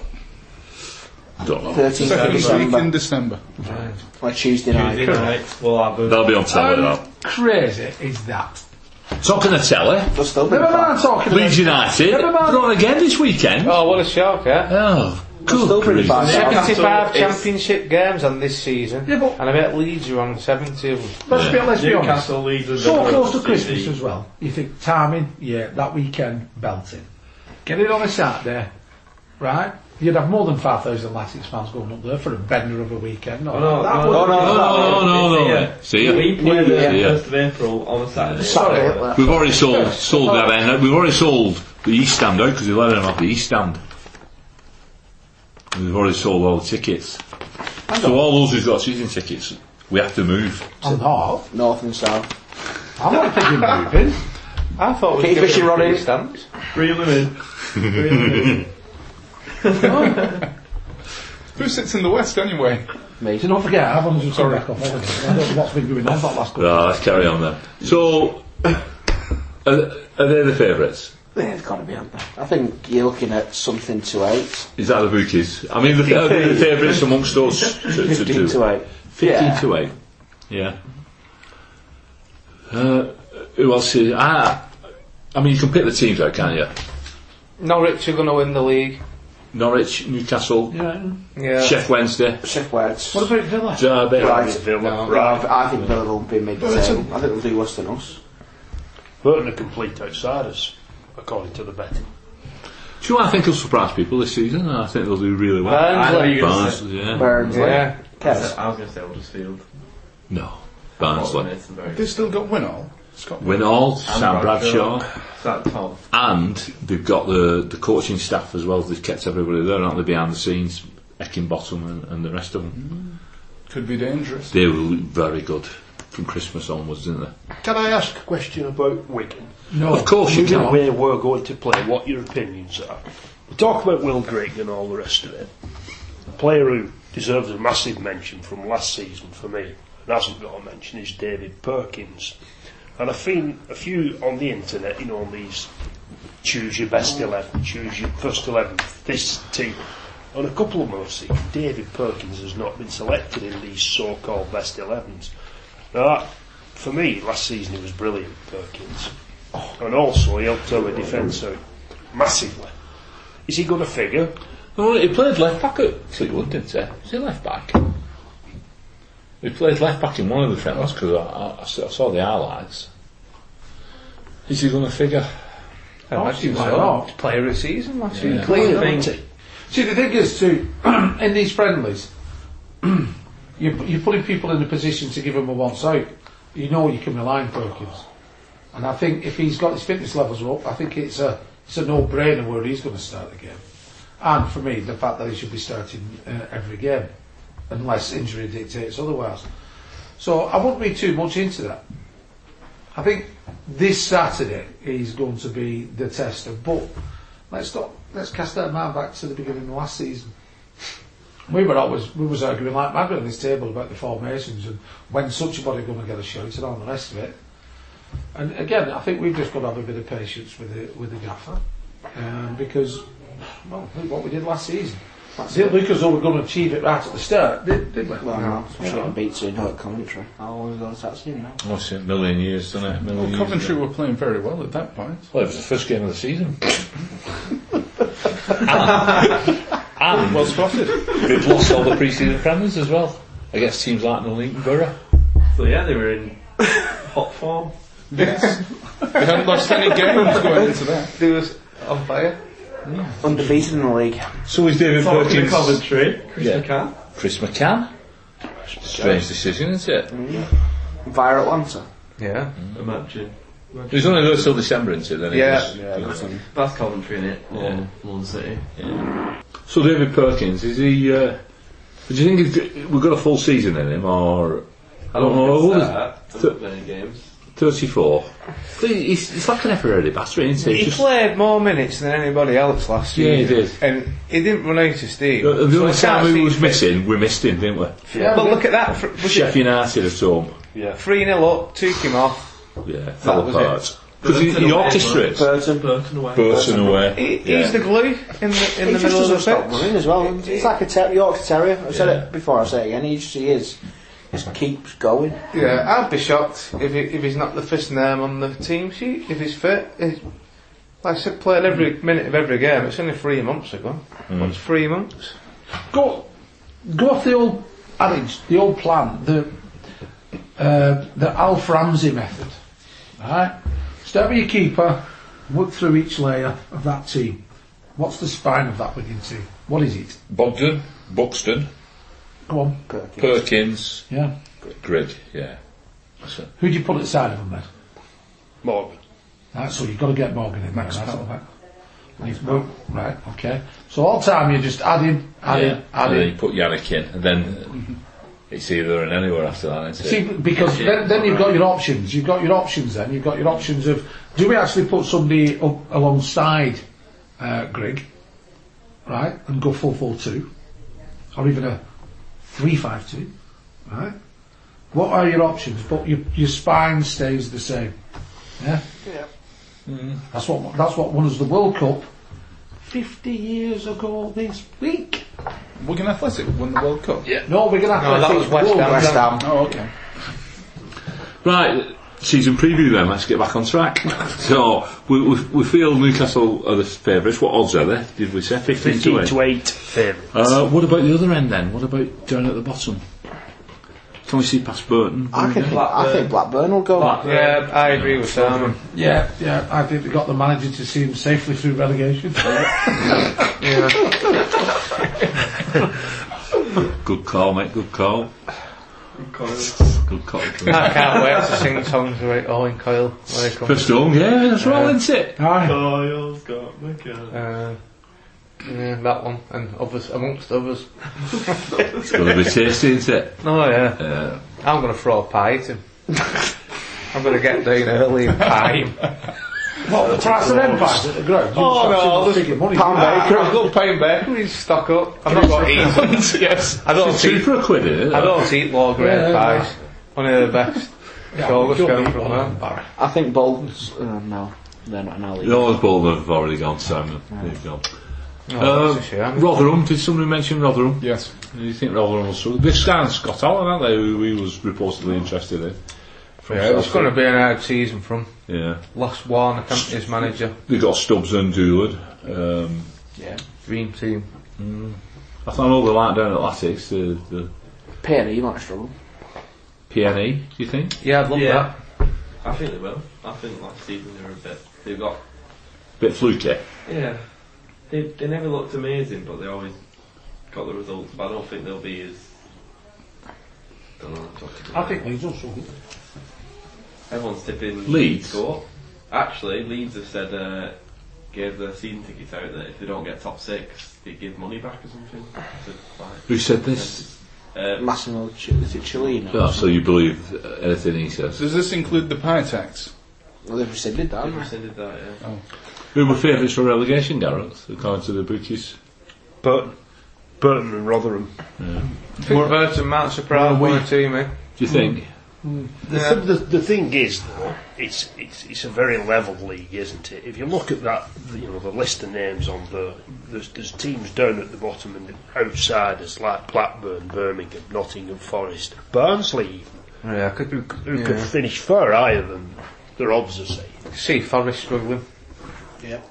Don't know. 13th of Second week in December, December. like Tuesday night. Tuesday night, we'll have a That'll be on telly. How that. crazy is that? Talking of telly, They'll still be Never fine. mind talking about Leeds United Never mind. run again this weekend. Oh, what a shock, eh? Oh, still good pretty grief. fast. 75 Newcastle is- championship games on this season, Yeah, but- and I bet Leeds are on 70 of them. Let's be, let's be honest. Newcastle leads us So in the close to World Christmas Series. as well. You think timing? Yeah, that weekend belting. Get it on a Saturday, right? You'd have more than five thousand Latics fans going up there for a bender of a weekend. No, Oh, no, that no, would- no, no, no, Oh, no, no, no. See ya. We play the See ya. 1st of April on a Saturday. Saturday, like, We've already sold sold that end. We've already sold the East Stand out because we let them off the East Stand. We've already sold all the tickets. So all those who've got season tickets, we have to move. I'm not. North and South. I'm not thinking moving. I thought Keep we'd give fishing them rod free in. stamps. Three women. Three women. Who sits in the West anyway? Me. So don't forget, I've only just come back off holiday. I don't know what's been going on that last couple. Right, Ah, let's carry on then. So, are, are they the favourites? They've got to be on there. I think you're looking at something to eight. Is that the bookies? I mean, the, are they the favourites amongst us to, to 15 do? to eight. 15 Yeah. to 8. Yeah. Uh, who else is. Ah, I mean, you can pick the teams out, can't you? Norwich are going to win the league. Norwich, Newcastle, Yeah. Yeah. Chef Wednesday, Check where it's. What about Villa? Derby. Right. Villa. No, I I think Villa will be mid table. I think they'll do worse than us. Burton are complete outsiders, according to the betting. Do you know what I think will surprise people this season? I think they'll do really well. I know Burnley. you're going to say. Barnsley, yeah. Burns, Yeah. Kevs. I was going to say Huddersfield. No. Bottom Barnsley. is very They still got win all. Scotland. Win all, Sam Bradshaw. Bradshaw. Sat top. And they've got the, the coaching staff as well. They've kept everybody there, aren't they, behind the scenes? Eckingbottom and, and the rest of them. Could be dangerous. They were very good from Christmas onwards, didn't they? Can I ask a question about Wigan? No. Of course you Given can. where we're going to play, what your opinions are. We talk about Will Grigg and all the rest of it. A player who deserves a massive mention from last season for me, and hasn't got a mention, is David Perkins. And I've seen a few on the internet, you know, on these choose your best 11, choose your first 11, this team. On a couple of them, I've seen David Perkins has not been selected in these so called best 11s. Now, that, for me, last season he was brilliant, Perkins. And also, he helped our defence out massively. Is he going to figure? Well, he played left back at Fleetwood, didn't he? Was he left back? He played left back in one of the friendlies because I, I- I s- I saw the highlights. Is he going to figure? I imagine why so. not? Player of the season last year. Clearly. See, the thing is, too, in these friendlies, you're, you're putting people in a position to give them a once out. You know you can rely on Perkins. And I think if he's got his fitness levels up, I think it's a, it's a no-brainer where he's going to start the game. And for me, the fact that he should be starting uh, every game, unless injury dictates otherwise. So I wouldn't read too much into that. I think this Saturday is going to be the test of but let's not let's cast our mind back to the beginning of last season. We were always we was arguing like mad on this table about the formations and when such a body going to get a shout and all the rest of it. And again, I think we've just got to have a bit of patience with the with the gaffer um, because well, look what we did last season. Didn't look as though we are going to achieve it right at the start, did, did we? Well, no, we shouldn't beat 2 0 at Coventry. How long ago was that seen now? What's it, Oh, a million years, doesn't it? Million Well, Coventry were playing very well at that point. Well, it was the first game of the season. Well spotted. They've lost all the pre-season friendlies as well against teams like Northampton Borough. So yeah, they were in hot form. They hadn't lost any games going into that. They was on fire. Undefeated in the league. So is David Talking to Perkins. Coventry, Chris Yeah. McCann. Chris McCann. Strange decision, isn't it? Via Atlanta. Yeah. Imagine. He's only there till December, isn't it? Then he Yeah. was- That's Coventry, innit? Lawn, Lawn City. So David Perkins, is he? Uh, do you think he's, we've got a full season in him, or Oh, I don't know? Well, what was- that, so- many games. 34. It's, it's like an Eferetti battery, isn't it? He Just- played more minutes than anybody else last Yeah, year. he did. And he didn't run out of steam. Uh, the the So only I can't time see we was him- missing, we missed him, didn't we? Yeah, but look at that. fr- Was Sheffield United at home. Yeah. 3 0 up, took him off. Yeah, fell was apart. Because he, he orchestrates. Burton, Burton away. Burton away. He, yeah. He's the glue in the, He in the just middle of the doesn't stop pitch. running as well. It's, like a ter- Yorkshire Terrier. I said it before, I say it again. He just he is. Just keeps going. Yeah, I'd be shocked if, he, if he's not the first name on the team sheet, if he's fit. He's, like I said, played every minute of every game. It's only three months ago. Hmm. What's three months? go go off the old adage, the old plan, the uh, the Alf Ramsey method. Right, start with your keeper, work through each layer of that team. What's the spine of that wigging team? What is it? Bogdan, Buxton, Go on, Perkins, yeah. Grid, yeah. Who do you put at the side of them then? Morgan. Right, so you've got to get Morgan in there. Max Right, okay. So all time you're just adding, adding, yeah. And adding. then you put Yannick in, and then it's either and anywhere after that, isn't it? See, because then, then you've got your options. You've got your options then. You've got your options of do we actually put somebody up alongside uh, Grig, right, and go 4 4 2, or even a 3 5 2, right? What are your options? But your, your spine stays the same. Yeah? Mm-hmm. Yeah. That's, what, that's what won us the World Cup 50 years ago this week. Wigan Athletic won the World Cup. Yeah. No, we're going to have No, to that think was West World Ham. Cup. West Ham. Oh, okay. Right, season preview then, let's get back on track. so, we, we, we feel Newcastle are the favourites. What odds are they? Did we say 15, 15 to 8? to 8 favourite. Uh, what about the other end then? What about down at the bottom? Can we see past Burton? Mm-hmm. I, think Bla- I think Blackburn will go. Yeah, I agree with Simon. Yeah, yeah, I think they got the manager to see him safely through relegation. Yeah. Good call, mate, good call. Good call. I can't wait to sing songs about Owen Coyle when he comes. First home, yeah, that's right, isn't it? Aye. Coyle's got the gun. Uh, yeah, that one, and others, amongst others. It's going to be tasty, isn't it? Oh, yeah. Uh, I'm going to throw a pie at him. I'm going to get down early and pie him. What, the price of them bags at the ground? Oh, no, You've got this- big money. I've got Payne Baker, he's stuck up. I've not got eat. yes. I don't it's two eat, for a quid, eh? isn't it? I don't eat law grade Yeah, yeah, pies. One of the best. Yeah, So we let's don't go need from one. there. I think Bolton's. Uh, no, they're not an alley. Those Bolton have already gone, Simon. They've gone. Oh, Um, that's a shame. Rotherham, did somebody mention Rotherham? Yes. Do you think Rotherham will struggle? They've signed Scott Allen, haven't they, who he was reportedly interested in? From Yeah, it's Southgate. going to be an hard season from Yeah. last one. I can't his manager. They've got Stubbs and Doolard. Um, Dream team. I thought all the light down at Latics, the, the Peony, you might struggle. PNE, do you think? Yeah, I'd love Yeah. that. I think they will. I think last season they were a bit. They've got. Bit fluky. Yeah. They, they never looked amazing, but they always got the results. But I don't think they'll be as. Don't know. I'm talking I think Leeds will struggle. Everyone's tipping Leeds? go up. Actually, Leeds have said uh, gave their season tickets out that if they don't get top six, they give money back or something. To, like, Who said this? uh, Massimo, Ch- is it Chilena? Oh, so you believe anything he says. Does this include the pie tax? Well, they've rescinded that. they haven't rescinded that, yeah. Who were favourites for relegation, Gareth, according to the bookies? Burton. Burton and Rotherham. I think Burton might surprise one or two, mate. Do you think? The, th- the, the thing is, though, it's, it's it's a very level league, isn't it? If you look at that, the, you know, the list of names on the there's, there's teams down at the bottom and the outsiders like Blackburn, Birmingham, Nottingham Forest, Barnsley, Oh, Yeah, I could who, c- who could Yeah. finish far higher than their odds are saying. see Forest struggling. they? Yeah.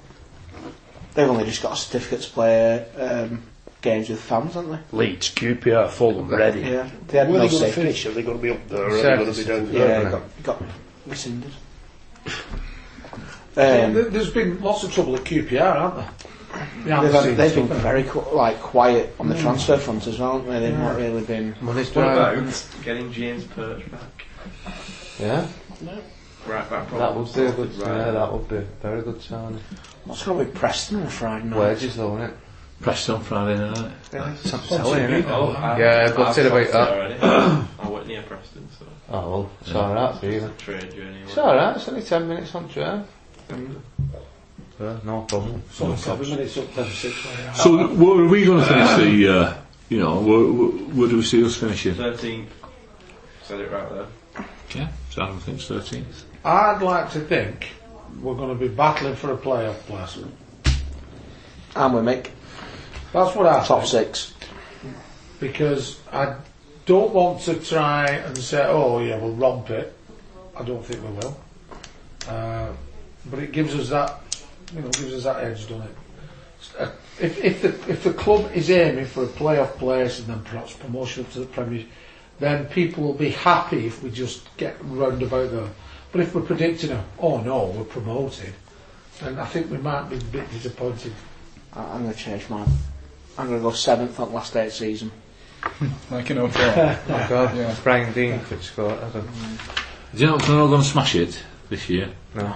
They've only just got a certificate to play um, games with fans, haven't Leeds, QPR, Fulham, Reading. they? Yeah. They had Where no are they going to safety. finish? Are they going to be up there? Or are they Second, going to be down Yeah, there? Yeah. got, got rescinded. Yeah, Um, there- There's been lots of trouble at QPR, haven't there? Yeah, they've, I've seen had, they've been stuff. very qu- like quiet on the Mm. transfer front as well, haven't they? They've not really been. Money's What dry. about getting James Perch back? Yeah, Right back, probably. that would be a good. Yeah, Right. that would be a very good signing. What's going to be Preston on Friday night? Wages though, innit? Pressed on Friday night. It's on telly, innit? Oh, I- Yeah, I've got I've said about talked that. to her already. I wouldn't near Preston, so Oh well, it's alright for you. then. it's a trade journey. It's alright, it's only 10 minutes on train. Yeah, no problem. So seven minutes up, then six way out. So, where are we going to finish the? Uh, you know, where, where, where do we see us finishing? Thirteenth. Said it right there. Yeah, so I don't think it's thirteenth. I'd like to think we're going to be battling for a playoff place. And we make That's what I top think, six. because I don't want to try and say, oh yeah, we'll romp it. I don't think we will. Uh, but it gives us that, you know, gives us that edge, doesn't it? S- uh, If, if the if the club is aiming for a playoff place and then perhaps promotion up to the Premier, then people will be happy if we just get round about there. But if we're predicting, a, oh no, we're promoted, then I think we might be a bit disappointed. I- I'm going to change mine. I'm going to go seventh on last day of season. Like in 04. Oh god, Yeah. Brian Dean could score, I don't Do you know what's not going to smash it this year? know.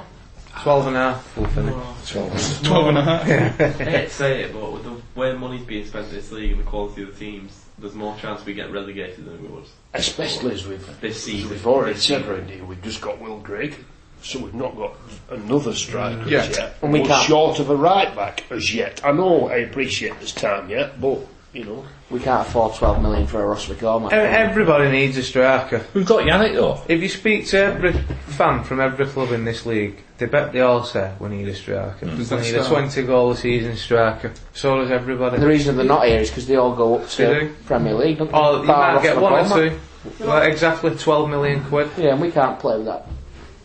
12 and a half will finish. 12 and a half. I hate to say it, but with the way money's being spent in this league and the quality of the teams, there's more chance we get relegated than we would Especially as we've this as season. we've already This said season. around here, we've just got Will Grigg, so we've not got another striker Yeah. as yet. And we We're can't- short of a right back as yet. I know I appreciate this time yet, but you know, We can't afford 12 million for a Ross McCormack. E- Everybody needs a striker. We've got Yannick though. If you speak to every fan from every club in this league, they bet they all say we need a striker. Mm. Does We that need a start? 20 goal a season striker. So does everybody. And the reason they're not here is because they all go up They to do. Premier League. Don't they? Oh, you Bar might Ross get one or McCormack. two. Well, exactly 12 million quid. Yeah, and we can't play with that.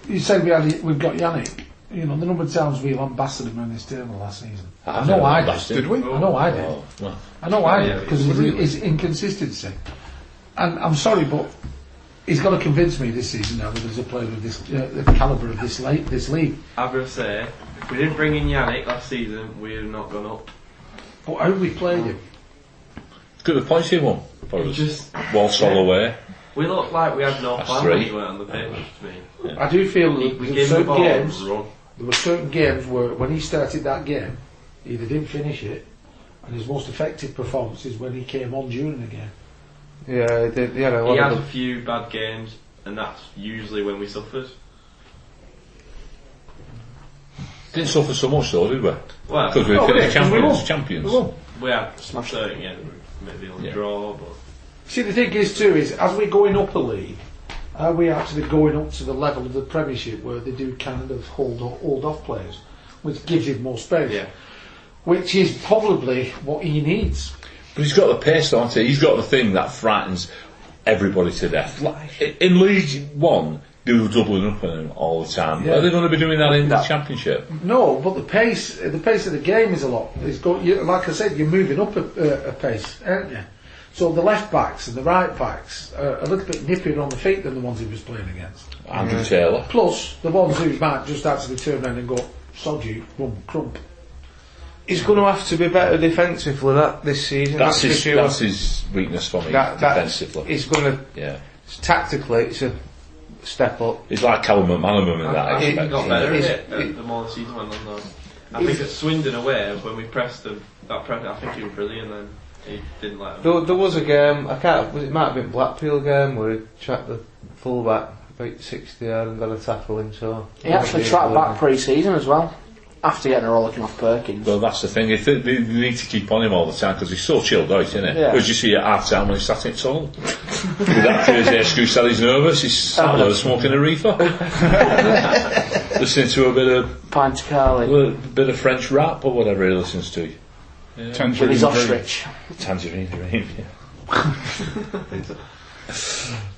You said we had, we've got Yannick. You know, the number of times we lambasted him around this table last season. Ah, I, know I did. Did we? I know I did. Oh, well. I know I did Yeah, because of his inconsistency. And I'm sorry, but he's got to convince me this season now that there's a player of this uh, the calibre of this late this league. I've got to say, if we didn't bring in Yannick last season, we'd have not gone up. But how we played him? Good the points he won for It us. just- Walsall yeah. away. We looked like we had no That's plan three. anywhere on the pitch. To me. I do feel We, that we there were gave him the certain ball and games. run. There were certain games where when he started that game, he either didn't finish it, and his most effective performances when he came on during the game. Yeah, they, they had a lot He had of a few bad games, and that's usually when we suffered. Didn't suffer so much though, did we? Well, Because we Oh, yeah, finished 'cause we champions. won. champions. we had certain games, maybe on Yeah. draw, but See, the thing is too is as we're going up a league, are we actually going up to the level of the Premiership where they do kind of hold hold off players, which gives him more space, yeah. which is probably what he needs. But he's got the pace, don't he? He's got the thing that frightens everybody to death. Like, i- in League One, they were doubling up on him all the time. Yeah. Are they going to be doing that in the Championship? No, but the pace the pace of the game is a lot. It's go, you, like I said, you're moving up a, a, a pace, aren't you? So the left backs and the right backs are a little bit nippier on the feet than the ones he was playing against. Andrew Taylor. Plus, the ones who might just actually turn around and go, sod you, rum, crump. He's going to have to be better defensively that this season. That's, for his, sure. that's his weakness for me, That- that- defensively. He's going to yeah. tactically. It's a step up. He's like Callum McManaman in that I think we aspect. got better at Is- it uh, the more the season went on. Though. I think at Swindon away when we pressed them, that press, I think he was brilliant. Then he didn't let them. There, there was a game. I can't. Was it might have been Blackpool game where he tracked the fullback about sixty yard and got a tackle in. So He actually tracked back pre-season as well, after getting a rollicking off Perkins. Well, that's the thing. If They, they need to keep on him all the time because he's so chilled out, isn't he? Yeah. As you see at half time when he's sat in his tunnel. With that crazy excuse that he's nervous, he's sat there smoking a reefer. Listening to a bit of Pine to Carly, a bit of French rap or whatever he listens to. with Tangerine his Dream. ostrich. Tangerine Dream, yeah.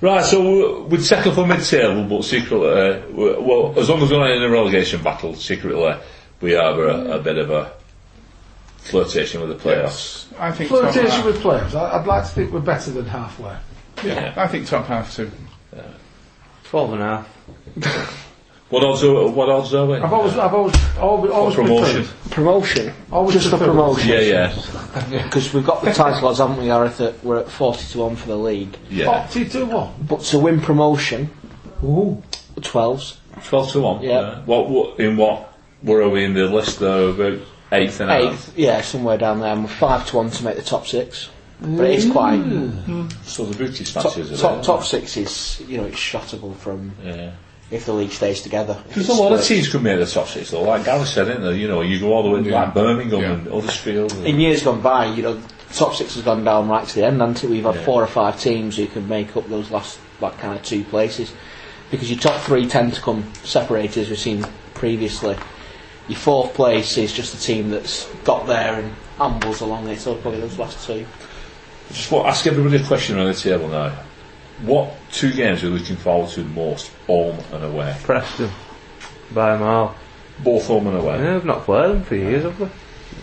right, so we'd settle for mid-table, but secretly, uh, we- well, as long as we're not in a relegation battle, secretly, we have a, a bit of a flirtation with the playoffs. I think top Flirtation half. with players, I, I'd like to think we're better than halfway. Yeah. I think top half too. Twelve and a half. What odds are, what odds are we? I've always, I've always, always, always promotion. preferred- Promotion. Always Just for preferred- promotion. Yeah, yeah, Because we've got the title odds, haven't we, Gareth? That we're at 40 to 1 for the league. yeah. 40 to 1. But to win promotion, Ooh. 12s. 12 to 1. Yeah. What, what, in what, where are we in the list though? About eighth and a half? Eighth, yeah, somewhere down there. And we're 5 to 1 to make the top six. But it is quite So the British top, matches are top, there. top six is you know it's shottable from Yeah. if the league stays together. If There's a it's uh, lot of split. teams could make the top six though. Like Gary said, isn't there? You know, you go all the way to like Birmingham Yeah. and Huddersfield. and- In years gone by, you know, the top six has gone down right to the end, hasn't it? We've had Yeah. four or five teams who can make up those last like kind of two places because your top three tend to come separated, as we've seen previously. Your fourth place is just a team that's got there and ambles along it, so probably those last two. Just want to ask everybody a question on the table now. What two games are you looking forward to the most, home and away? Preston. By a mile. Both home and away. Yeah, I've not played them for years, have we?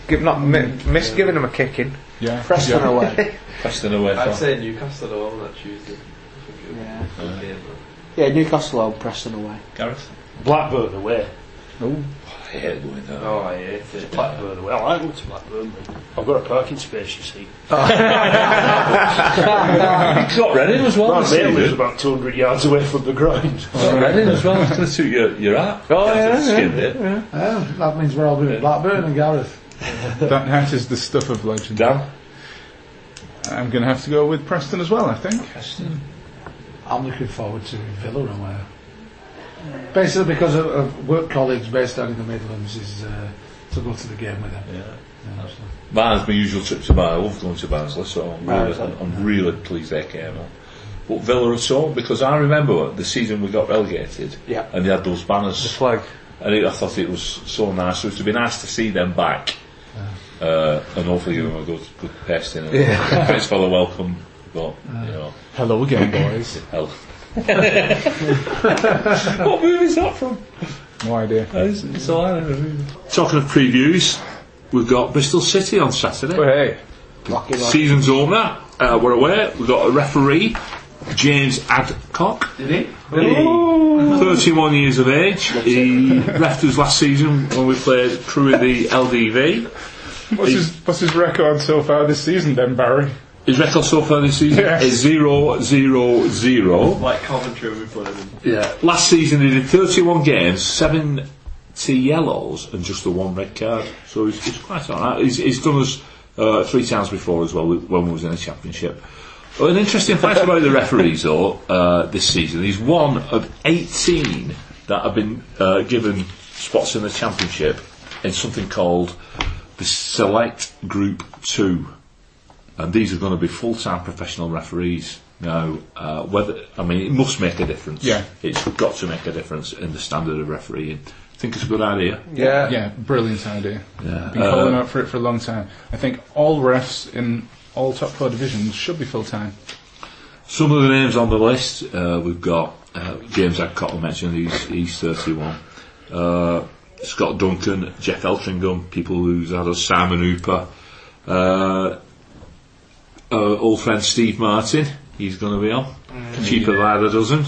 Give, not mi- miss giving them a kicking. Yeah. Preston yeah. away. Preston away. I'd Phil. say Newcastle are on that Tuesday. I think it would yeah. be a game, yeah, Newcastle home, Preston away. Gareth. Blackburn away. I hate going there. but- Oh, I hate it. Blackburn away. I like going to Blackburn. mate. I've got a parking space, you see. It's got Reading as well. My this mate lives season. about 200 yards away from the ground. It's got Reading as well. It's going to suit your your hat. Oh, yeah, Skin it. Oh, that means we're all going to Blackburn and Gareth. That hat is the stuff of legend. Dan. I'm going to have to go with Preston as well, I think. I'm looking forward to Villa away. Basically, because of, of work colleagues based down in the Midlands, is uh, to go to the game with them. Yeah, so. Mine's my usual trip to Barnsley. I love going to Barnsley, so I'm really, Barnsley. I'm really pleased they came on. But Villa at home, because I remember the season we got relegated Yeah. and they had those The banners. flag. and it, I thought it was so nice. So it would be nice to see them back, uh, and hopefully give them a good, good testing. And Thanks for the welcome, but you know, Hello again, boys. hell. what movie is that from? No idea. Uh, It's, it's all I Talking of previews, we've got Bristol City on Saturday. Well, hey. Rocky Road. Season's over. Uh, we're aware We've got a referee, James Adcock. Did it? 31 years of age. He left us last season when we played Crewe the LDV. What's his, what's his record so far this season, then, Barry? His record so far this season Yes. is 0 0 0. Like Coventry we played them. Yeah. Last season he did 31 games, 70 yellows, and just the one red card. So he's, he's quite alright. He's, he's done us uh, three times before as well when we was in the Championship. Well, an interesting fact about the referees, though, uh, this season, he's one of 18 that have been uh, given spots in the Championship in something called the Select Group 2 and these are going to be full-time professional referees now. Uh, whether I mean, it must make a difference. Yeah. it's got to make a difference in the standard of refereeing. I think it's a good idea. Yeah. Yeah, brilliant idea. Yeah. Been calling out for it for a long time. I think all refs in all top four divisions should be full time. Some of the names on the list uh, we've got uh, James Adcock mentioned. He's he's 31. Uh, Scott Duncan, Jeff Eltringham, people who's had us, Simon Hooper, uh, our old friend Steve Martin. He's going to be on Mm. cheaper by the dozen.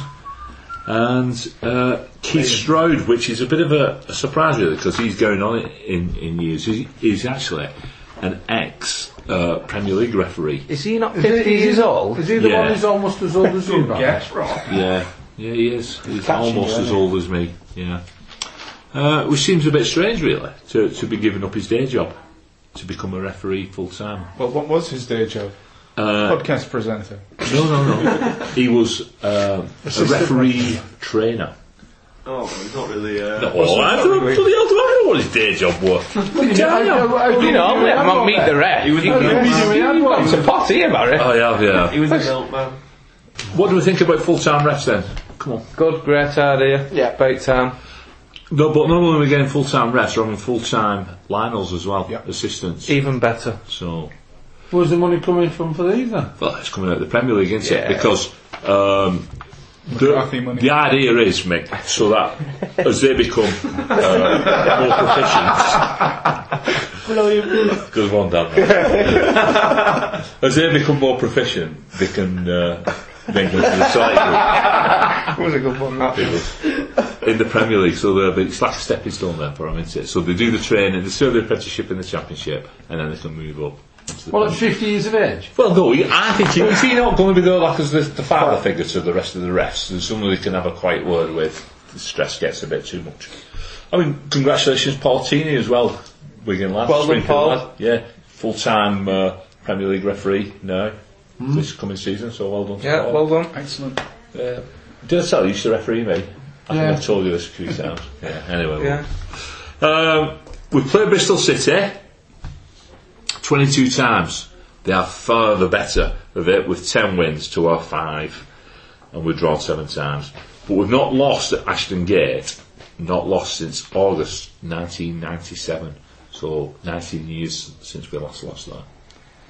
And uh, Keith Strode, which is a bit of a, a surprise really, because he's going on in, in years. He's, he's actually an ex uh, Premier League referee. Is he not 50 years old? Is he the Yeah. one who's almost as old as you, Barry? Yes, Rob. Yeah, yeah, he is. He's Catching almost you, as isn't he? old as me. Yeah, uh, which seems a bit strange, really, to to be giving up his day job to become a referee full time. Well, what was his day job? Podcast presenter. No, no, no. he was um, a referee trainer. Oh, but he's not really. Uh, No, I don't bloody hell do I know what his day job was. You know, let him on meet the ref. He was You- in the you- milkman. you- You've got some pot here, Barry. I have, yeah. He was a milkman. What do we think about full time refs then? Come on. Good, great idea. Yeah. Bait time. No, but not only are we getting full time refs, we're having full time Lionels as well, Yep. assistants. Even better. So. Where's the money coming from for these then? Well, it's coming out of the Premier League, isn't Yeah. it? Because um, McCarthy the, money. the idea is, Mick, so that as they become uh, more proficient, because one down, as they become more proficient, they can uh, then go to the side That was a good one, that. in the Premier League. So they're- it's like a stepping stone there for them, isn't it? So they do the training, they serve the apprenticeship in the Championship, and then they can move up. into the Well, Premier at 50 years of age? Well, no, he- I think he, is he not going to be there like as the, the father figure to the rest of the refs? And someone they can have a quiet word with. The stress gets a bit too much. I mean, congratulations, Paul Tini as well. Wigan lad, Well done, Springfield Paul. lad. Yeah, full time uh, Premier League referee now this coming season. So well done. to Hmm. Yeah, Paul. well done. Excellent. Yeah. Did I tell you he used to referee me? I Yeah. think I told you this a few times. Yeah. Anyway, Yeah. um, we played Bristol City 22 times. They are far the better of it with 10 wins to our 5. And we've drawn 7 times. But we've not lost at Ashton Gate. Not lost since August 1997. So 19 years since we last lost that.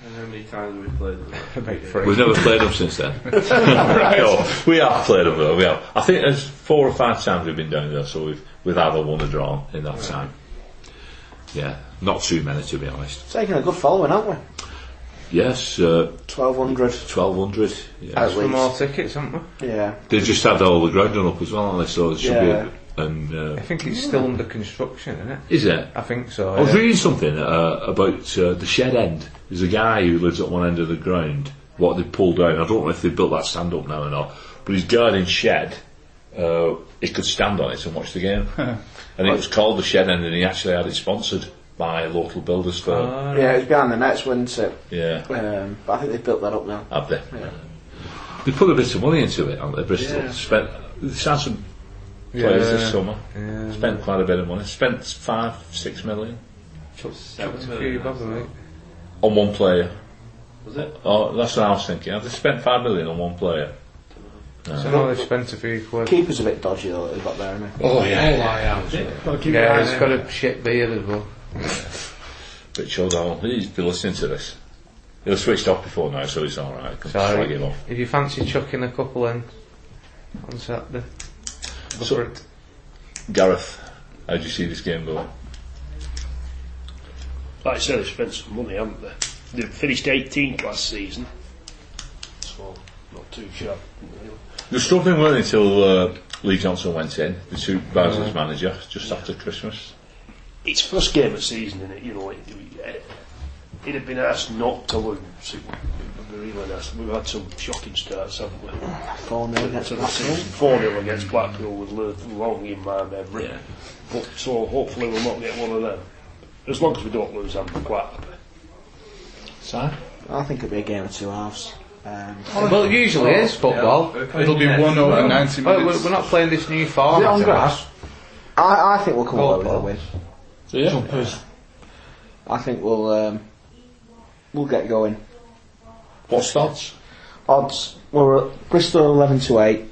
And how many times have we played them? About three. We've never played them since then. No, we have played them though. We have. I think there's four or five times we've been down there, so we've we've either won or drawn in that time. Yeah, not too many to be honest. Taking a good following, aren't we? Yes, uh, 1200. twelve hundred. Yeah. Asked for more tickets, haven't we? Yeah. They just had all the ground done up as well, haven't they? So it should Yeah. be. A, and uh, I think it's still under construction, isn't it? is it? I think so. I was yeah. reading something uh, about uh, the shed end. There's a guy who lives at one end of the ground. What they pulled down, I don't know if they built that stand up now or not. But his garden shed, uh, he could stand on it and watch the game. and it was called the shed end, and he actually had it sponsored by a local builders firm. Ah. Yeah, it was behind the nets, wasn't it? yeah, Um, but I think they've built that up now. have they? They put a bit of money into it, haven't they? Bristol Yeah. spent. They signed some players this Yeah. summer. Yeah. Spent quite a bit of money. Spent five, six million It's Seven a few million. above them, mate. on one player. Was it? Oh, that's what I was thinking. Have they spent five million on one player? So now they've spent a few quid. Keeper's a bit dodgy though that they've got there, isn't he? Oh yeah, Yeah, he's got a shit beard as well. But Joe Donald, he's been listening to this. He'll have switched off before now, so he's alright. Can Sorry. slag him off. If you fancy chucking a couple in on Saturday, go So- for it. Gareth, how do you see this game going? Like I said, they spent some money, haven't they? They finished 18th last season, so not too sharp. They were struggling, weren't they, until uh, Lee Johnson went in, the two Bowser's manager, just after Christmas. It's first game of the season, is it? You know, it, it, it'd have been nice not to lose. It would be really nice. We've had some shocking starts, haven't we? 4 0 against Blackpool. 4 0 against Blackpool was lo- long in my memory. Yeah. But, so hopefully we'll not get one of them. As long as we don't lose, I'm quite happy. Sorry? I think it'll be a game of two halves. Um, Well, it usually is football. It'll be one over 90 Well, we're minutes. we're not playing this new format. on have grass? I, I think we'll come away with a win. Jumpers. I think we'll um, we'll get going. What's that? Odds were at Bristol 11 to 8,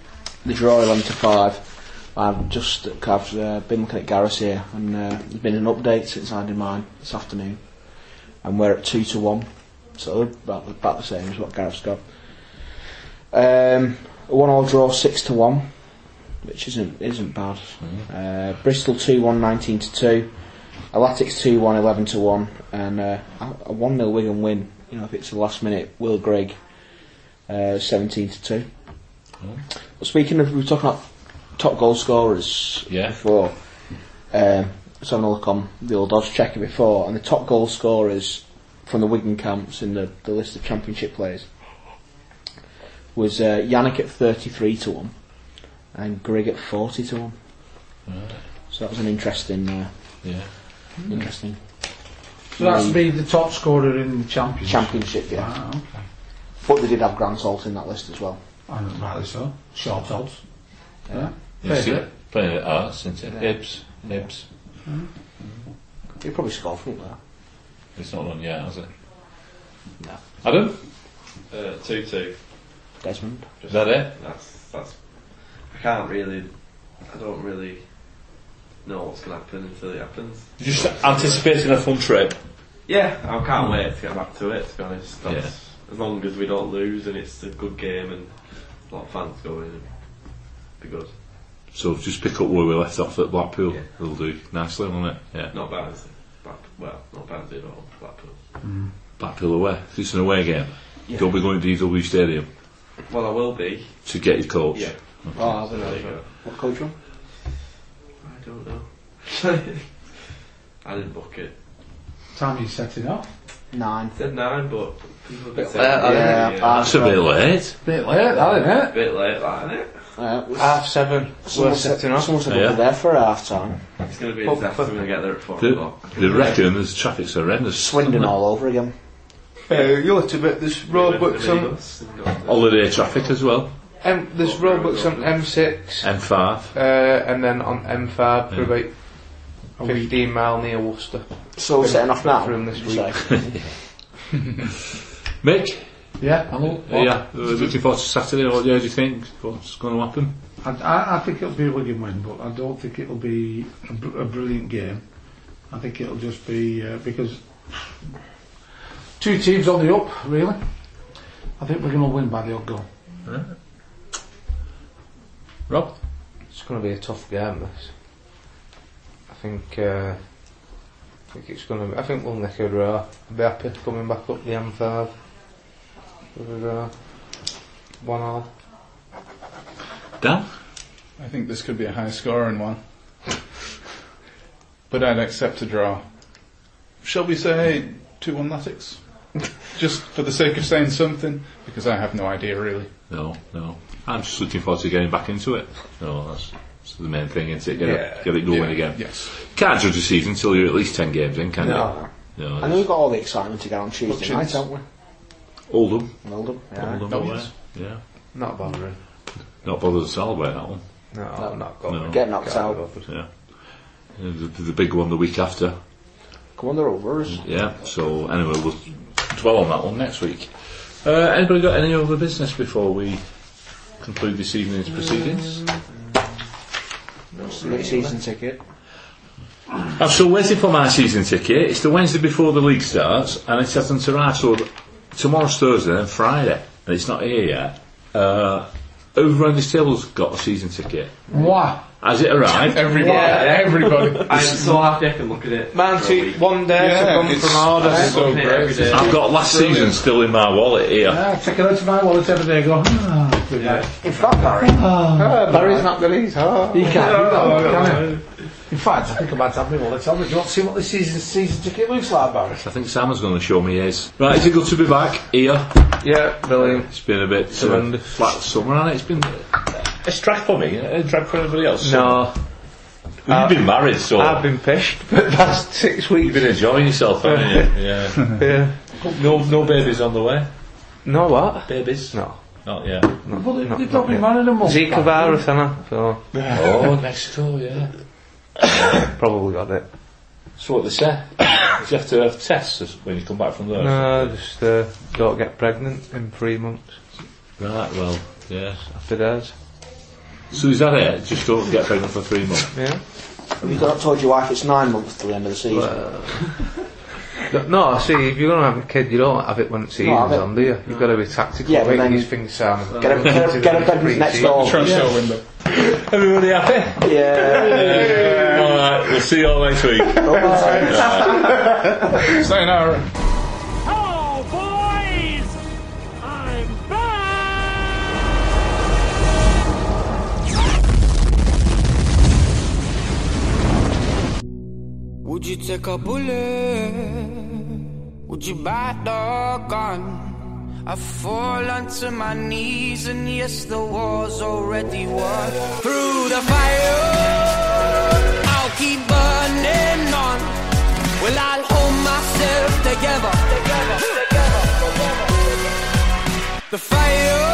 the draw 11 to 5. I've just I've uh, been looking at Gareth's here, and uh, there's been an update since I did mine this afternoon, and we're at 2 to 1, so about, about the same as what Gareth's got. Um, a one all draw 6 to 1, which isn't isn't bad. Uh, Bristol 2 1, 19 to 2. Athletics 2 1, 11 to 1, and uh, a- a 1 nil Wigan win. You know, if it's the last minute, Will Grigg uh, 17 to 2. Well, speaking of, we were talking about top goal scorers Yeah. before. Um, so having a look on the old odds checker before, and the top goal scorers from the Wigan camps in the, the list of championship players was uh, Yannick at 33 to 1 and Grigg at 40 to 1. So that was an interesting, uh, Hmm. Yeah. interesting Hmm. So that's me, the top scorer in the championship. championship, yeah. Ah, okay. But they did have Grant Salt in that list as well. And rightly so. Short odds. Yeah. You see Favourite. it? Playing at Arts, isn't it? Hibs. Hibs. He probably scored from there. It's not run yet, has it? No. Adam? Uh, two two. Desmond. Is that it? That's that's. I can't really. I don't really know what's going to happen until it happens. You're just anticipating a fun trip. Yeah, I can't wait to get back to it. To be honest, that's, Yeah. as long as we don't lose and it's a good game and a lot of fans going, it'll be good. So just pick up where we left off at Blackpool. Yeah. It'll do nicely, won't it? Yeah. Not bad, is it? Black, well, not bad at all. Blackpool. Blackpool away. It's an away game. You'll be going to DW Stadium Well, I will be. to get your coach. Yeah. Oh, So there you go. What coach one? I don't know. I didn't book it. Time you setting up. Nine. Said nine, but people get said late, yeah. That's a bit late. Oh, Bit late, that isn't it? a bit late, that, isn't it? Uh, it was- Half seven. We're Someone said, setting off. someone said we Yeah. were there for half time. It's going to be a disaster when I get there at four They, o'clock. they reckon the traffic's horrendous. Swindon all over again. Uh, you'll have to, but there's roadblocks on, Holiday traffic as well. M, there's roadblocks on M6, M5. uh, and then on M5 for Yeah. about 15 mile near Worcester. So we're setting off now. Room this did you week. say? Mick, Yeah, I'm all, uh, yeah, uh, looking forward to Saturday. What yeah, do you think? What's going to happen? I, I, I think it'll be a Wigan win, but I don't think it'll be a, br- a brilliant game. I think it'll just be uh, because two teams on the up, really. I think we're going to win by the odd goal. Rob? It's going to be a tough game. This, I think. Uh, I think it's going to. Be, I think we'll nick a draw. I'll be happy coming back up the M5 with a draw. One all. Dan? I think this could be a high scoring one. But I'd accept a draw. Shall we say 2 1 Latics? Just for the sake of saying something, because I have no idea really. No, no. I'm just looking forward to getting back into it. No, that's, that's the main thing, isn't it? Get, it, get it going Yeah, again. Yes. Can't judge a season until you're at least 10 games in, can No. you? No. I know we've got all the excitement to get on Tuesday Hutchins. night, haven't we? Oldham. Oldham. Yeah. Oldham Oh, away. yes. Yeah. Not bothering. Not bothered to celebrate that one. No, I'm not going. No. Get knocked Can't out. be bothered. Yeah. Yeah, The, the big one the week after. Come on, they're over us. Yeah, so anyway, we'll dwell on that one next week. Uh, anybody got any other business before we conclude this evening's proceedings? Late season ticket. I'm still waiting for my season ticket. It's the Wednesday before the league starts, and it hasn't arrived. So tomorrow's Thursday and Friday, and it's not here yet. Uh, who around this table's got a season ticket? Why? Has it arrived? Everybody. Everybody. I'm so happy I can look at it. Man, for a see, week. one day to Yeah, come it's from order. so Looking at it every great. day. I've got last season still in my wallet here. Ah, take it out of my wallet every day. and Go. Ah, good Yeah. night. It's not Barry. Oh, Barry's not going to eat. Oh. You can't do Oh, that, can you? no. In fact, I think I might have my wallet on. Do you want to see what the season season ticket looks like, Barry? I think Simon's going to show me his. Right, is it good to be back here? Yeah, brilliant. It's been a bit uh, Tremendous. flat summer, and it's been. It's drag for me. It's drag for everybody else. No, You've been married, so I've been pissed for the past six weeks. you've been enjoying yourself, haven't you? Yeah. Yeah. No, no babies on the way. No what? Babies? No. Not yet. Well, they- not- they've not not been yet. married a month. Zika back. virus, Anna. So Oh, next door, yeah. probably got it. So what they say? Do you have to have tests as- when you come back from there? No, just uh, don't get pregnant in three months Right, well, yeah. after that. So is that it? Just don't get pregnant for three months. Yeah. Have you not told your wife it's nine months till the end of the season? No, No, see, if you're going to have a kid, you don't have it when it's No, I season's don't- on, do you? You've got to be tactical. Yeah, Yeah, but waiting then- these things down. Get a, get a, get a bed next door. Trust our window. Everybody happy? Yeah. Alright, we'll see you all next week. Sayonara. Hello, boys! I'm back! Would you take a bullet? Would you buy the gun? I fall onto my knees, and yes, the war's already won. Through the fire, I'll keep burning on. Well, I'll hold myself together. The fire